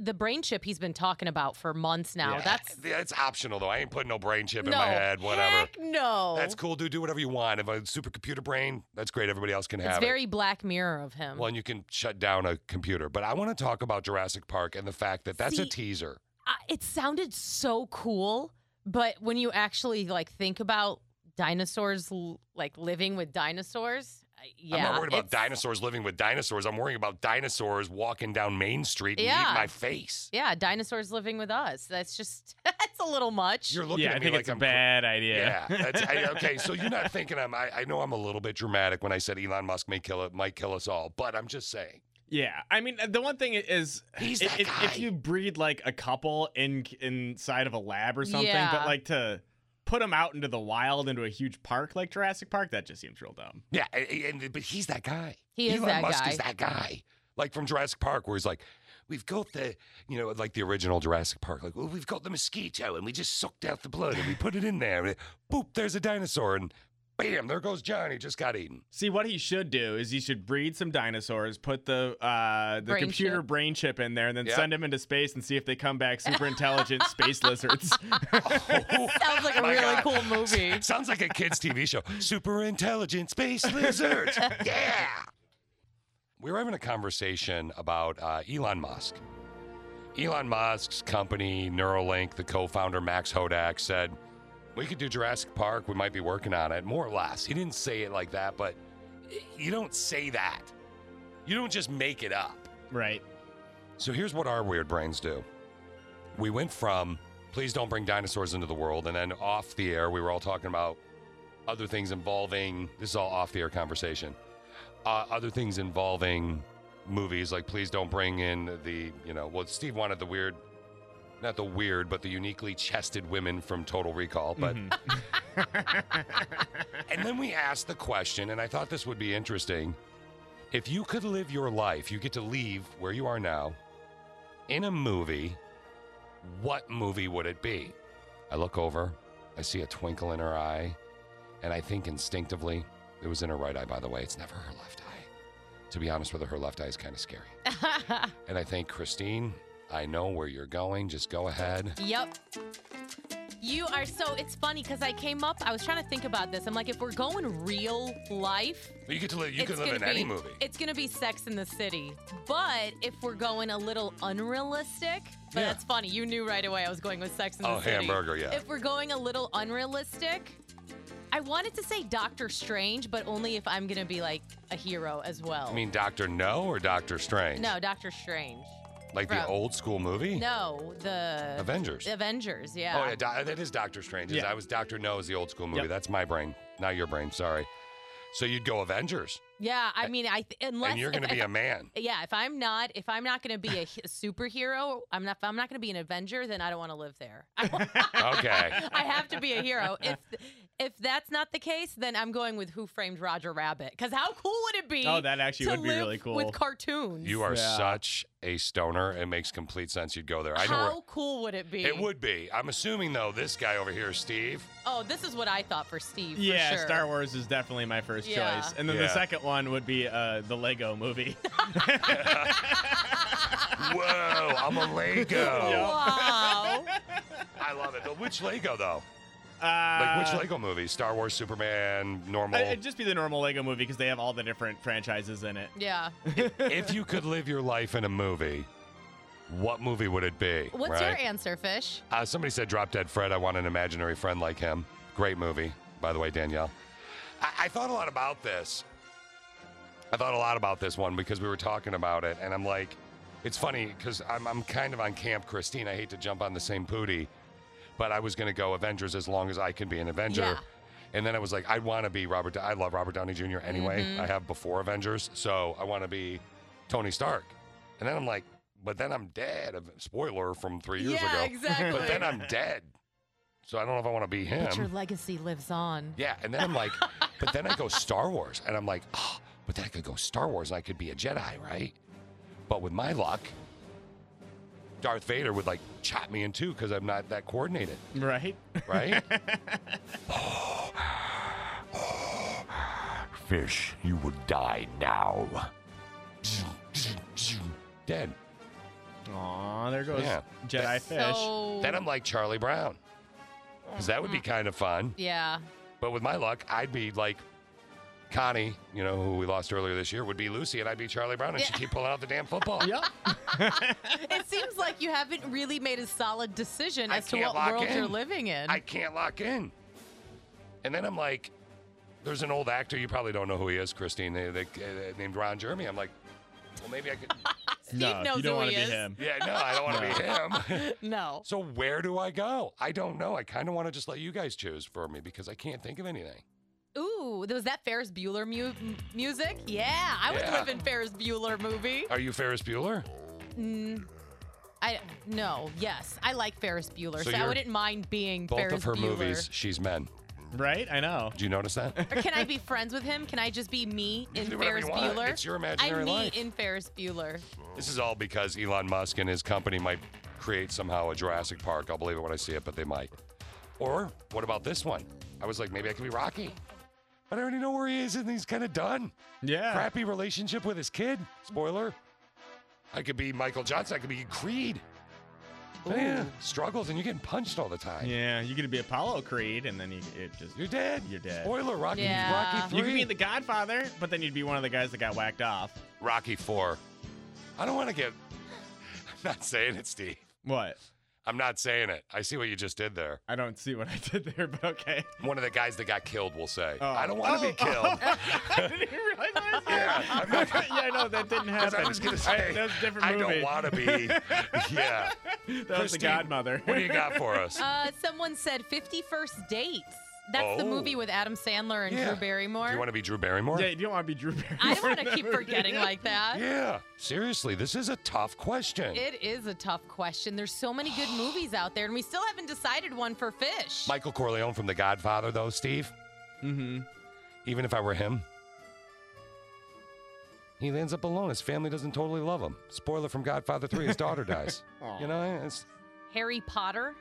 Speaker 8: the brain chip he's been talking about for months now.
Speaker 7: Yeah.
Speaker 8: That's
Speaker 7: That's optional though. I ain't putting no brain chip in
Speaker 8: No.
Speaker 7: my head. Whatever.
Speaker 8: heck no.
Speaker 7: That's cool, dude. Do whatever you want. If a supercomputer brain, that's great. Everybody else can
Speaker 8: It's
Speaker 7: have
Speaker 8: very Black Mirror of him.
Speaker 7: it. Well, and you can shut down a computer. But I want to talk about Jurassic Park and the fact that that's a
Speaker 8: See-
Speaker 7: teaser.
Speaker 8: I, it sounded so cool, but when you actually like think about dinosaurs, l- like living with dinosaurs, I- yeah,
Speaker 7: I'm not worried about
Speaker 8: it's-
Speaker 7: dinosaurs living with dinosaurs. I'm worrying about dinosaurs walking down Main Street and
Speaker 8: Yeah.
Speaker 7: eating my face.
Speaker 8: yeah, dinosaurs living with us. That's just that's a little much.
Speaker 7: You're looking
Speaker 1: Yeah,
Speaker 7: at
Speaker 1: I
Speaker 7: me
Speaker 1: think
Speaker 7: like
Speaker 1: it's a
Speaker 7: I'm cr-
Speaker 1: bad idea.
Speaker 7: Yeah. That's, I, okay, so you're not thinking I'm. I, I know I'm a little bit dramatic when I said Elon Musk may kill it, might kill us all, but I'm just saying.
Speaker 1: Yeah, I mean the one thing is,
Speaker 7: He's
Speaker 1: i-
Speaker 7: that
Speaker 1: if, if
Speaker 7: guy.
Speaker 1: you breed like a couple in inside of a lab or something,
Speaker 7: Yeah.
Speaker 1: but like to put them out into the wild into a huge park like Jurassic Park, that just seems real dumb.
Speaker 7: Yeah, a- a- and, but he's that guy.
Speaker 1: He is
Speaker 7: Elon
Speaker 1: that
Speaker 7: Musk
Speaker 1: guy.
Speaker 7: is that guy. Like from Jurassic Park, where he's like, we've got the, you know, like the original Jurassic Park, like, well, we've got the mosquito and we just sucked out the blood and we put it in there. And boop, there's a dinosaur and bam, there goes Johnny, just got eaten.
Speaker 1: See, what he should do is he should breed some dinosaurs, put the uh, the
Speaker 7: Brain
Speaker 1: computer
Speaker 7: chip.
Speaker 1: brain chip in there, and then
Speaker 7: Yeah.
Speaker 1: send them into space and see if they come back super intelligent space lizards.
Speaker 8: Sounds like a
Speaker 7: My
Speaker 8: really
Speaker 7: God.
Speaker 8: cool movie.
Speaker 7: Sounds like a kids' TV show. Super intelligent space lizards. yeah. We were having a conversation about uh, Elon Musk. Elon Musk's company, Neuralink, the co founder, Max Hodak, said, We could do Jurassic Park. We might be working on it, more or less. He didn't say it like that, but eh, you don't say that. You don't just make it up.
Speaker 1: Right.
Speaker 7: So here's what our weird brains do. We went from please don't bring dinosaurs into the world, and then off the air, we were all talking about other things involving this is all off the air conversation. Uh, other things involving movies like please don't bring in the you know well Steve wanted the weird not the weird but the uniquely chested women from Total Recall but and then we asked the question, and I thought this would be interesting. If you could live your life, you get to leave where you are now in a movie, what movie would it be? I look over, I see a twinkle in her eye, and I think instinctively, it was in her right eye, by the way. It's never her left eye. To be honest with her, her left eye is kind of scary. and I think, Christine, I know where you're going. Just go ahead.
Speaker 8: Yep. You are so. It's funny because I came up. I was trying to think about this. I'm like, if we're going real life,
Speaker 7: You get to live. You
Speaker 8: it's
Speaker 7: can live
Speaker 8: gonna
Speaker 7: in any
Speaker 8: be-
Speaker 7: movie.
Speaker 8: It's gonna be Sex in the City. But if we're going a little unrealistic, but
Speaker 7: Yeah.
Speaker 8: that's funny. You knew right away I was going with Sex in the
Speaker 7: Oh,
Speaker 8: City.
Speaker 7: hamburger, yeah.
Speaker 8: If we're going a little unrealistic, I wanted to say Doctor Strange, but only if I'm gonna be like a hero as well.
Speaker 7: I mean, Doctor No or Doctor Strange?
Speaker 8: no, Doctor Strange.
Speaker 7: Like the
Speaker 8: From-
Speaker 7: old school movie?
Speaker 8: No, the
Speaker 7: Avengers.
Speaker 8: Avengers, yeah.
Speaker 7: Oh yeah, Do- that is Doctor Strange.
Speaker 8: Yeah.
Speaker 7: I was Doctor No is the old school movie.
Speaker 8: Yep.
Speaker 7: That's my brain, not your brain. Sorry. So you'd go Avengers.
Speaker 8: Yeah, I mean, I th- unless
Speaker 7: you're
Speaker 8: if-
Speaker 7: gonna be
Speaker 8: if-
Speaker 7: a man.
Speaker 8: Yeah, if I'm not, if I'm not gonna be a h- superhero, I'm not. If I'm not gonna be an Avenger, then I don't want to live there. I,
Speaker 7: Okay.
Speaker 8: I have to be a hero. If if that's not the case, then I'm going with Who Framed Roger Rabbit. Because how cool would it be?
Speaker 7: Oh, that actually
Speaker 8: to
Speaker 7: would be
Speaker 8: live
Speaker 7: really cool.
Speaker 8: with cartoons.
Speaker 7: You are
Speaker 8: so
Speaker 7: such a stoner. It makes complete sense you'd go there. I know
Speaker 8: how
Speaker 7: where-
Speaker 8: cool would it be?
Speaker 7: it would be. I'm assuming though this guy over here, Steve.
Speaker 8: Oh, this is what I thought for Steve. for
Speaker 4: yeah,
Speaker 8: sure.
Speaker 4: Star Wars is definitely my first
Speaker 8: Yeah.
Speaker 4: choice, and then the
Speaker 7: Yeah.
Speaker 4: second one would be uh, the Lego Movie.
Speaker 7: Whoa, I'm a Lego.
Speaker 4: Yeah.
Speaker 8: Wow.
Speaker 7: I love it. But Which Lego though?
Speaker 4: Uh,
Speaker 7: like which Lego movie? Star Wars, Superman, normal.
Speaker 4: I- It'd just be the normal Lego Movie because they have all the different franchises in it.
Speaker 8: Yeah.
Speaker 7: if you could live your life in a movie, what movie would it be?
Speaker 8: What's
Speaker 7: right?
Speaker 8: your answer, Fish?
Speaker 7: Uh, somebody said Drop Dead Fred. I want an imaginary friend like him. Great movie, by the way, Danielle. I, I thought a lot about this. I thought a lot about this one because we were talking about it, and I'm like, it's funny because I'm, I'm kind of on Camp Christine. I hate to jump on the same pooty, but I was going to go Avengers as long as I can be an Avenger.
Speaker 9: Yeah.
Speaker 7: And then I was like, I want to be Robert. Do- I love Robert Downey Jr. anyway.
Speaker 9: Mhm.
Speaker 7: I have before Avengers, so I want to be Tony Stark. And then I'm like, but then I'm dead. Spoiler from three years
Speaker 8: Yeah,
Speaker 7: ago.
Speaker 8: exactly.
Speaker 7: But then I'm dead. So I don't know if I want to be
Speaker 8: But your
Speaker 7: him.
Speaker 8: legacy lives on.
Speaker 7: Yeah. And then I'm like, but then I go Star Wars. And I'm like, oh, but then I could go Star Wars and I could be a Jedi, right? But with my luck, Darth Vader would like chop me in two because I'm not that coordinated,
Speaker 4: Right?
Speaker 7: right? Fish, you would die now. Dead.
Speaker 4: Aw, there goes Jedi Fish. So-
Speaker 7: Then I'm like Charlie Brown. Because that would be kind of fun.
Speaker 8: Yeah.
Speaker 7: But with my luck, I'd be like Connie, you know, who we lost earlier this year, would be Lucy, and I'd be Charlie Brown, and she'd keep pulling out the damn football.
Speaker 4: Yep.
Speaker 8: it seems like you haven't really made a solid decision as to
Speaker 7: can't
Speaker 8: what
Speaker 7: lock
Speaker 8: world you're
Speaker 7: in.
Speaker 8: living in.
Speaker 7: I can't lock in. And then I'm like, there's an old actor, you probably don't know who he is, Christine, they, they, uh, named Ron Jeremy. I'm like, well, maybe I could.
Speaker 4: no, you don't want to be him.
Speaker 7: Yeah, no, I don't want to be him.
Speaker 8: no.
Speaker 7: So where do I go? I don't know. I kind of want to just let you guys choose for me because I can't think of anything.
Speaker 8: Ooh, was that Ferris Bueller mu- music? Yeah, I would
Speaker 7: Yeah. Uh,
Speaker 8: live in Ferris Bueller movie.
Speaker 7: Are you Ferris Bueller?
Speaker 8: Mm, I no, yes, I like Ferris Bueller,
Speaker 7: So
Speaker 8: so, I
Speaker 7: you're-
Speaker 8: wouldn't mind being
Speaker 7: Both
Speaker 8: Ferris
Speaker 7: of her
Speaker 8: Bueller.
Speaker 7: movies, she's men.
Speaker 4: Right? I know.
Speaker 7: Do you notice that?
Speaker 8: Or can I be friends with him? Can I just be me in
Speaker 7: do whatever
Speaker 8: Ferris
Speaker 7: you want.
Speaker 8: Bueller?
Speaker 7: It's your
Speaker 8: I'm
Speaker 7: imaginary
Speaker 8: me
Speaker 7: life.
Speaker 8: in Ferris Bueller.
Speaker 7: This is all because Elon Musk and his company might create somehow a Jurassic Park. I'll believe it when I see it, but they might. Or what about this one? I was like, maybe I could be Rocky. But I already know where he is and he's kind of done.
Speaker 4: Yeah.
Speaker 7: Crappy relationship with his kid. Spoiler. I could be Michael Johnson. I could be Creed. Man, struggles and you're getting punched all the time.
Speaker 4: Yeah, you could be Apollo Creed, and then you it just
Speaker 7: you're dead.
Speaker 4: You're dead.
Speaker 7: Spoiler, Rocky- Yeah. Rocky
Speaker 4: You could be
Speaker 7: three.
Speaker 4: the Godfather, but then you'd be one of the guys that got whacked off.
Speaker 7: Rocky Four. I don't want to get. I'm not saying it, Steve.
Speaker 4: What?
Speaker 7: I'm not saying it. I see what you just did there.
Speaker 4: I don't see what I did there, but okay.
Speaker 7: One of the guys that got killed will say,
Speaker 4: Oh.
Speaker 7: "I don't want to
Speaker 4: Oh,
Speaker 7: be killed."
Speaker 4: I didn't even realize that.
Speaker 7: Yeah,
Speaker 4: yeah, no, that didn't
Speaker 7: Because
Speaker 4: happen.
Speaker 7: I was gonna say,
Speaker 4: I, that was a different
Speaker 7: I
Speaker 4: movie.
Speaker 7: don't want to be. Yeah.
Speaker 4: That was the
Speaker 7: Christine,
Speaker 4: Godmother.
Speaker 7: what do you got for us?
Speaker 8: Uh, someone said 51st Dates. That's the
Speaker 7: Oh.
Speaker 8: movie with Adam Sandler and
Speaker 7: Yeah.
Speaker 8: Drew Barrymore.
Speaker 7: Do you want to be Drew Barrymore?
Speaker 4: Yeah, you don't want to be Drew Barrymore.
Speaker 8: I don't want to keep forgetting like that.
Speaker 7: Yeah. Seriously, this is a tough question.
Speaker 8: It is a tough question. There's so many good movies out there, and we still haven't decided one for Fish.
Speaker 7: Michael Corleone from The Godfather, though, Steve.
Speaker 4: Mm-hmm.
Speaker 7: Even if I were him, he lands up alone. His family doesn't totally love him. Spoiler from Godfather Three: His daughter dies. You know, it's,
Speaker 8: Harry Potter.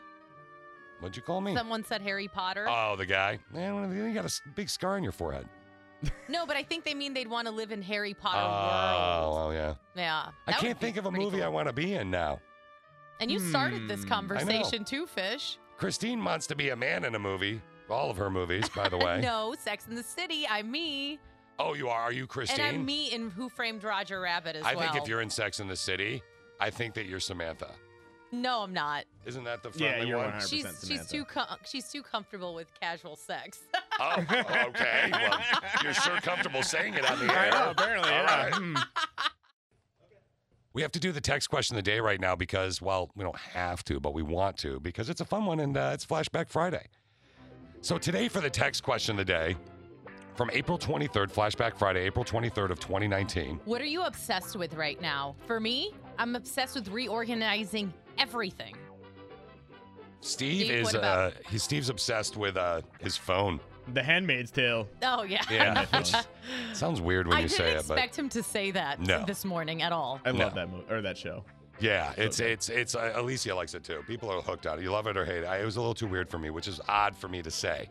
Speaker 7: what'd you call me?
Speaker 8: Someone said Harry Potter.
Speaker 7: Oh, the guy. Man, one of the- you got a s- big scar on your forehead.
Speaker 8: no, but I think they mean they'd want to live in Harry
Speaker 7: Oh,
Speaker 8: Potter
Speaker 7: well, yeah.
Speaker 8: world. Yeah.
Speaker 7: Oh. I
Speaker 8: That would
Speaker 7: can't
Speaker 8: be
Speaker 7: think of a
Speaker 8: pretty
Speaker 7: movie
Speaker 8: cool.
Speaker 7: I want to be in now.
Speaker 8: And you started this
Speaker 7: Hmm, I know.
Speaker 8: conversation too, Fish.
Speaker 7: Christine wants to be a man in a movie. All of her movies, by the way.
Speaker 8: Uh, No, Sex in the City. I'm me.
Speaker 7: Oh, you are. Are you Christine?
Speaker 8: And I'm me in Who Framed Roger Rabbit as
Speaker 7: I
Speaker 8: well.
Speaker 7: think if you're in Sex in the City, I think that you're Samantha.
Speaker 8: No, I'm not.
Speaker 7: Isn't that the
Speaker 4: Yeah,
Speaker 7: friendly
Speaker 4: you're
Speaker 7: one?
Speaker 4: 100%
Speaker 8: She's she's too com- she's too comfortable with casual sex.
Speaker 7: Oh, okay. Well, you're sure comfortable saying it on the
Speaker 4: I
Speaker 7: air.
Speaker 4: know, Oh, apparently,
Speaker 7: All
Speaker 4: yeah. Mm.
Speaker 7: right. We have to do the text question of the day right now because, well, we don't have to, but we want to because it's a fun one and uh, it's Flashback Friday. So today for the text question of the day, From April 23rd, Flashback Friday, April 23rd of 2019.
Speaker 8: What are you obsessed with right now? For me, I'm obsessed with reorganizing everything.
Speaker 7: Steve,
Speaker 8: Steve,
Speaker 7: is
Speaker 8: what
Speaker 7: uh,
Speaker 8: about-
Speaker 7: he, Steve's obsessed with uh, his phone.
Speaker 4: The Handmaid's Tale.
Speaker 8: Oh yeah.
Speaker 7: Yeah, which sounds weird when
Speaker 8: I
Speaker 7: you
Speaker 8: didn't
Speaker 7: say it, but
Speaker 8: expect him to say that
Speaker 7: No.
Speaker 8: this morning at all.
Speaker 4: I love
Speaker 7: No.
Speaker 4: that movie or that show.
Speaker 7: yeah, it's it's it's uh, Alicia likes it too. People are hooked on it. You love it or hate it. I, it was a little too weird for me, which is odd for me to say,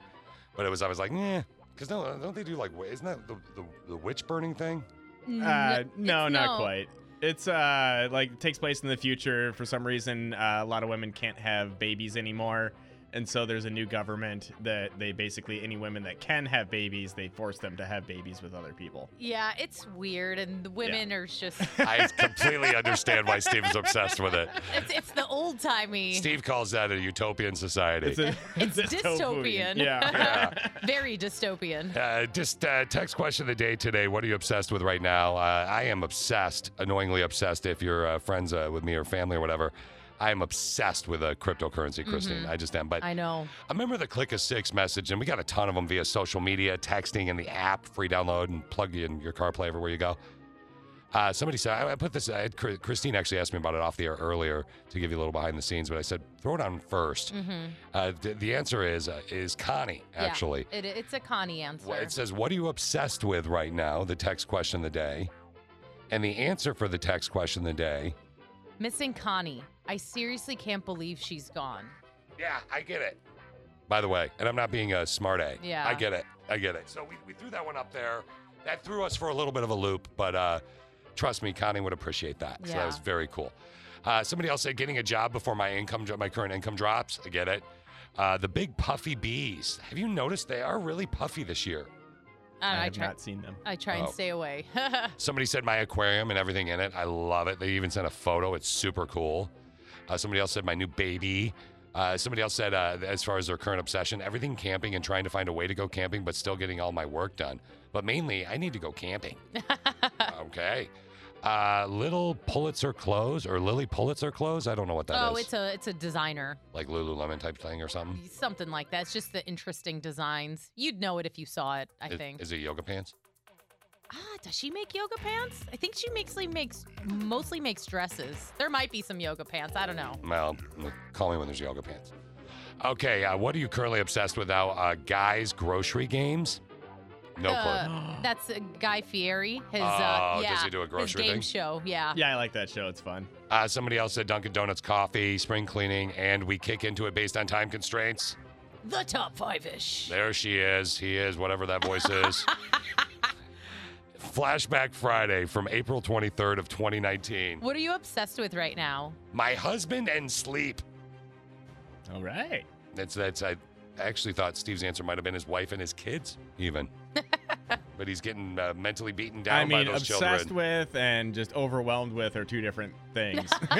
Speaker 7: but it was I was like, yeah, because no, don't they do like wi- isn't that the, the, the witch burning thing?
Speaker 8: Mm,
Speaker 1: Uh, no,
Speaker 7: it's
Speaker 1: not
Speaker 7: no.
Speaker 1: quite. It's uh like takes place in the future. For some reason, uh, a lot of women can't have babies anymore, and so there's a new government that they basically any women that can have babies, they force them to have babies with other people.
Speaker 8: Yeah, it's weird, and the women are just.
Speaker 7: I completely understand why Steve is obsessed with it.
Speaker 8: It's, it's the old timey.
Speaker 7: Steve calls that a utopian society.
Speaker 1: It's a-
Speaker 8: It's dystopian. Very dystopian.
Speaker 7: Uh, just uh, text question of the day today. What are you obsessed with right now? Uh, I am obsessed, annoyingly obsessed. If you're uh, friends uh, with me or family or whatever, I am obsessed with uh, cryptocurrency, Christine.
Speaker 8: Mhm.
Speaker 7: I just am. But
Speaker 8: I know.
Speaker 7: I remember the click of six message, and we got a ton of them via social media, texting, and the app, free download, and plug in your CarPlay everywhere you go. Uh, somebody said, I, I put this, I had, Chri- Christine actually asked me about it off the air earlier to give you a little behind the scenes, but I said, throw it on 1st
Speaker 8: Mhm.
Speaker 7: Uh, th- the answer is, uh, is Connie, actually.
Speaker 8: Yeah, it, it's a Connie answer.
Speaker 7: Well, it says, What are you obsessed with right now? The text question of the day. And the answer for the text question of the day.
Speaker 8: Missing Connie. I seriously can't believe she's gone.
Speaker 7: Yeah, I get it. By the way, and I'm not being a smart A.
Speaker 8: Yeah.
Speaker 7: I get it. I get it. So we, we threw that one up there. That threw us for a little bit of a loop, but uh, trust me, Connie would appreciate that. So that
Speaker 9: Yeah.
Speaker 7: was very cool. Uh, somebody else said getting a job before my income, dro- my current income drops. I get it. Uh, the big puffy bees. Have you noticed they are really puffy this year?
Speaker 8: I,
Speaker 7: I
Speaker 8: I
Speaker 7: have
Speaker 8: try,
Speaker 7: not seen them.
Speaker 8: I try and
Speaker 7: Oh.
Speaker 8: stay away.
Speaker 7: Somebody said my aquarium and everything in it. I love it. They even sent a photo. It's super cool. Uh, somebody else said my new baby. Uh, somebody else said, uh, as far as their current obsession, everything camping and trying to find a way to go camping, but still getting all my work done. But mainly, I need to go camping. okay. Uh, little Pulitzer clothes or Lily Pulitzer clothes. I don't know what that is.
Speaker 8: oh, it's a it's a designer,
Speaker 7: like Lululemon type thing or something.
Speaker 8: something like that. It's just the interesting designs. You'd know it if you saw it. I
Speaker 7: Is-
Speaker 8: think.
Speaker 7: Is it yoga pants?
Speaker 8: Ah, does she make yoga pants? I think she mostly makes mostly makes dresses. There might be some yoga pants. I don't know.
Speaker 7: Well, call me when there's yoga pants. Okay, uh, what are you currently obsessed with now? Uh, guys, grocery games? No clue.
Speaker 8: Uh, that's uh, Guy Fieri. His
Speaker 7: Oh,
Speaker 8: uh,
Speaker 7: does
Speaker 8: yeah,
Speaker 7: he do a grocery
Speaker 8: his game
Speaker 7: thing?
Speaker 8: show? Yeah.
Speaker 7: I like that show. It's fun. Uh, somebody else said Dunkin' Donuts coffee, spring cleaning, and we kick into it based on time constraints.
Speaker 8: The top five ish.
Speaker 7: There she is. He is, whatever that voice is. Flashback Friday from April 23rd of 2019.
Speaker 8: What are you obsessed with right now?
Speaker 7: My husband and sleep. All right. That's that's I actually thought Steve's answer might have been his wife and his kids even. but he's getting uh, mentally beaten down
Speaker 1: I mean,
Speaker 7: by those
Speaker 1: obsessed
Speaker 7: children.
Speaker 1: with and just overwhelmed with are two different things.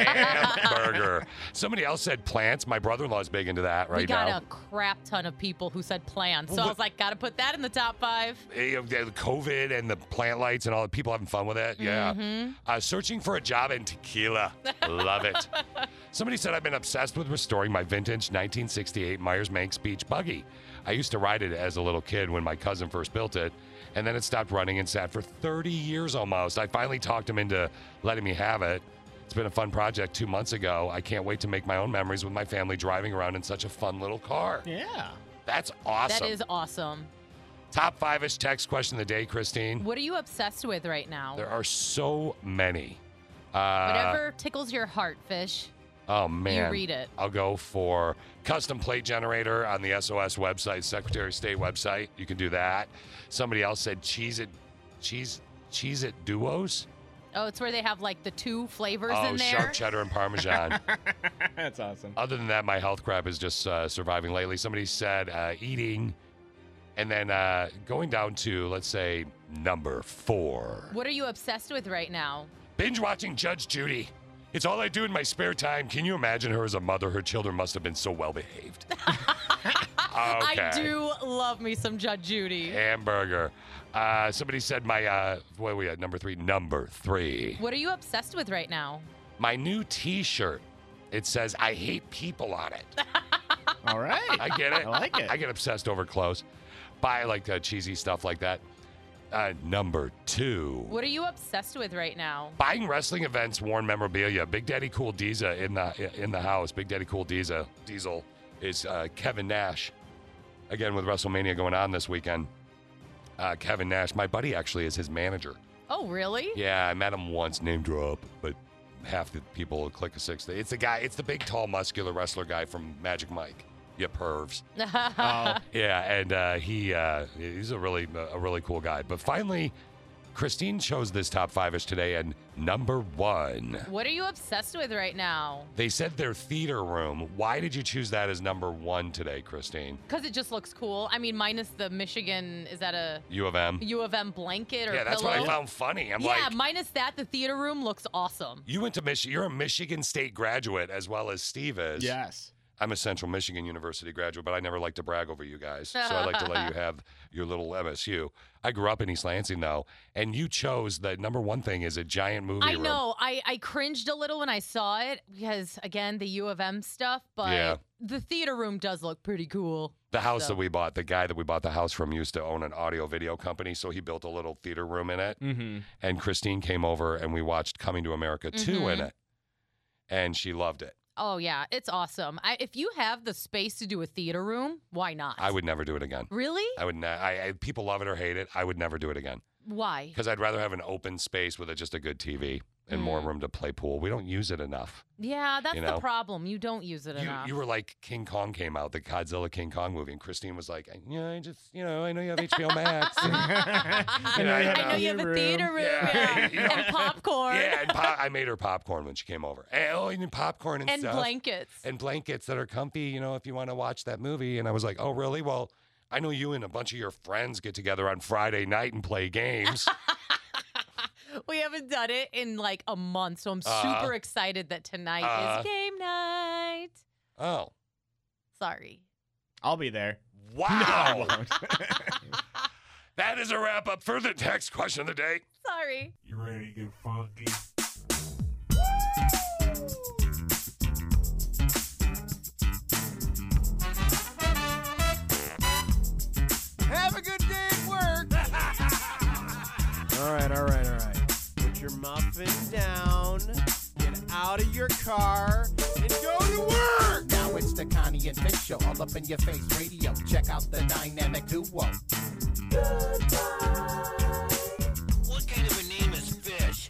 Speaker 7: Burger. Somebody else said plants. My brother-in-law's big into that
Speaker 8: we
Speaker 7: right
Speaker 8: got
Speaker 7: now.
Speaker 8: a crap ton of people who said plants, so I
Speaker 7: What-
Speaker 8: was like, gotta put that in the top five.
Speaker 7: Eh, uh, the COVID and the plant lights and all the people having fun with it. Yeah.
Speaker 8: Mhm.
Speaker 7: Uh, searching for a job in tequila. Love it. Somebody said I've been obsessed with restoring my vintage 1968 Myers Manx Beach buggy. I used to ride it as a little kid when my cousin first built it, and then it stopped running and sat for 30 years almost. I finally talked him into letting me have it. It's been a fun project two months ago. I can't wait to make my own memories with my family driving around in such a fun little car.
Speaker 8: Yeah.
Speaker 7: That's awesome.
Speaker 8: That is awesome.
Speaker 7: Top five ish text question of the day, Christine.
Speaker 8: What are you obsessed with right now?
Speaker 7: There are so many. Uh,
Speaker 8: Whatever tickles your heart, fish.
Speaker 7: Oh man.
Speaker 8: read it.
Speaker 7: I'll go for custom plate generator on the SOS website, Secretary of State website. You can do that. Somebody else said cheese it, cheese cheese it duos.
Speaker 8: Oh, it's where they have like the two flavors
Speaker 7: oh,
Speaker 8: in there.
Speaker 7: sharp cheddar and parmesan.
Speaker 1: That's awesome.
Speaker 7: Other than that, my health crap is just uh, surviving lately. Somebody said uh, eating, and then uh, going down to let's say number four.
Speaker 8: What are you obsessed with right now?
Speaker 7: Binge watching Judge Judy. It's all I do in my spare time. Can you imagine her as a mother? Her children must have been so well behaved. okay.
Speaker 8: I do love me some Judge Judy.
Speaker 7: Hamburger. Uh, somebody said my uh, what are we at number three? Number three.
Speaker 8: What are you obsessed with right now?
Speaker 7: My new T-shirt. It says I hate people on it. All right. I get it. I like it. I get obsessed over clothes. buy like uh, cheesy stuff like that. Uh, number two.
Speaker 8: What are you obsessed with right now?
Speaker 7: Buying wrestling events worn memorabilia. Big Daddy Cool Diesel in the in the house. Big Daddy Cool Diesel Diesel is uh, Kevin Nash. Again with WrestleMania going on this weekend. Uh, Kevin Nash, my buddy actually is his manager.
Speaker 8: Oh, really?
Speaker 7: Yeah, I met him once, name drop, but half the people will click a six. It's the guy. It's the big, tall, muscular wrestler guy from Magic Mike. You pervs. Yeah, and uh, he uh, he's a really a really cool guy. But finally, Christine chose this top five ish today, and number one.
Speaker 8: What are you obsessed with right now?
Speaker 7: They said their theater room. Why did you choose that as number one today, Christine?
Speaker 8: Because it just looks cool. I mean, minus the Michigan, is that a
Speaker 7: U of M.
Speaker 8: U of M blanket or
Speaker 7: Yeah, that's what I
Speaker 8: pillow?
Speaker 7: found funny. I'm
Speaker 8: yeah,
Speaker 7: like,
Speaker 8: minus that, the theater room looks awesome.
Speaker 7: You went to Michigan. You're a Michigan State graduate as well as Steve is.
Speaker 8: Yes.
Speaker 7: I'm a Central Michigan University graduate, but I never like to brag over you guys. So I like to let you have your little MSU. I grew up in East Lansing though, and you chose the number one thing is a giant movie
Speaker 8: I
Speaker 7: room.
Speaker 8: know. I, I cringed a little when I saw it because, again, the U of M stuff, but
Speaker 7: Yeah.
Speaker 8: the theater room does look pretty cool.
Speaker 7: The house
Speaker 8: So-
Speaker 7: that we bought, the guy that we bought the house from used to own an audio video company, so he built a little theater room in it.
Speaker 1: Mm-hmm.
Speaker 7: And Christine came over and we watched Coming to America 2 in
Speaker 8: Mhm.
Speaker 7: it. And she loved it.
Speaker 8: Oh, yeah. It's awesome. I, if you have the space to do a theater room, why not?
Speaker 7: I would never do it again.
Speaker 8: Really?
Speaker 7: I would not. I, I people love it or hate it. I would never do it again.
Speaker 8: Why?
Speaker 7: Because I'd rather have an open space with a, just a good TV and more
Speaker 8: Mm.
Speaker 7: room to play pool. We don't use it enough.
Speaker 8: Yeah, that's
Speaker 7: know?
Speaker 8: the problem. You don't use it
Speaker 7: You,
Speaker 8: enough.
Speaker 7: you were like King Kong came out, the Godzilla King Kong movie, and Christine was like, "You know, I just, you know, I know you have HBO Max. and, you know, I had
Speaker 8: I know you have a theater room yeah, and popcorn
Speaker 7: Yeah, and pop- I made her popcorn when she came over. And, oh, and popcorn and,
Speaker 8: and
Speaker 7: stuff.
Speaker 8: blankets.
Speaker 7: and blankets that are comfy, you know, if you want to watch that movie. And I was like, oh, really? Well, I know you and a bunch of your friends get together on Friday night and play games.
Speaker 8: We haven't done it in like a month, so I'm
Speaker 7: Uh,
Speaker 8: super excited that tonight
Speaker 7: uh,
Speaker 8: is game night.
Speaker 7: oh,
Speaker 8: Sorry.
Speaker 4: I'll be there.
Speaker 7: wow. that is a wrap up for the text question of the day.
Speaker 8: Sorry.
Speaker 9: You ready to get funky?
Speaker 10: Have a good day at work.
Speaker 9: All right, all right, all right.
Speaker 10: Put your muffin down. Get out of your car and go to work.
Speaker 23: Now it's the Connie and Big Show, all up in your face radio. Check out the dynamic duo.
Speaker 10: What kind of a name is fish?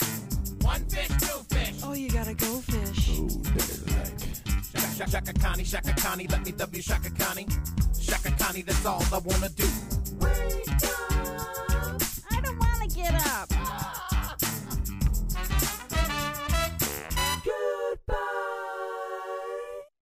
Speaker 10: One fish, two fish. Oh, you gotta go fish. Ooh, Shaka, shaka, shaka Connie, shaka Connie, let me W shaka Connie. Shaka Connie, that's all I wanna do.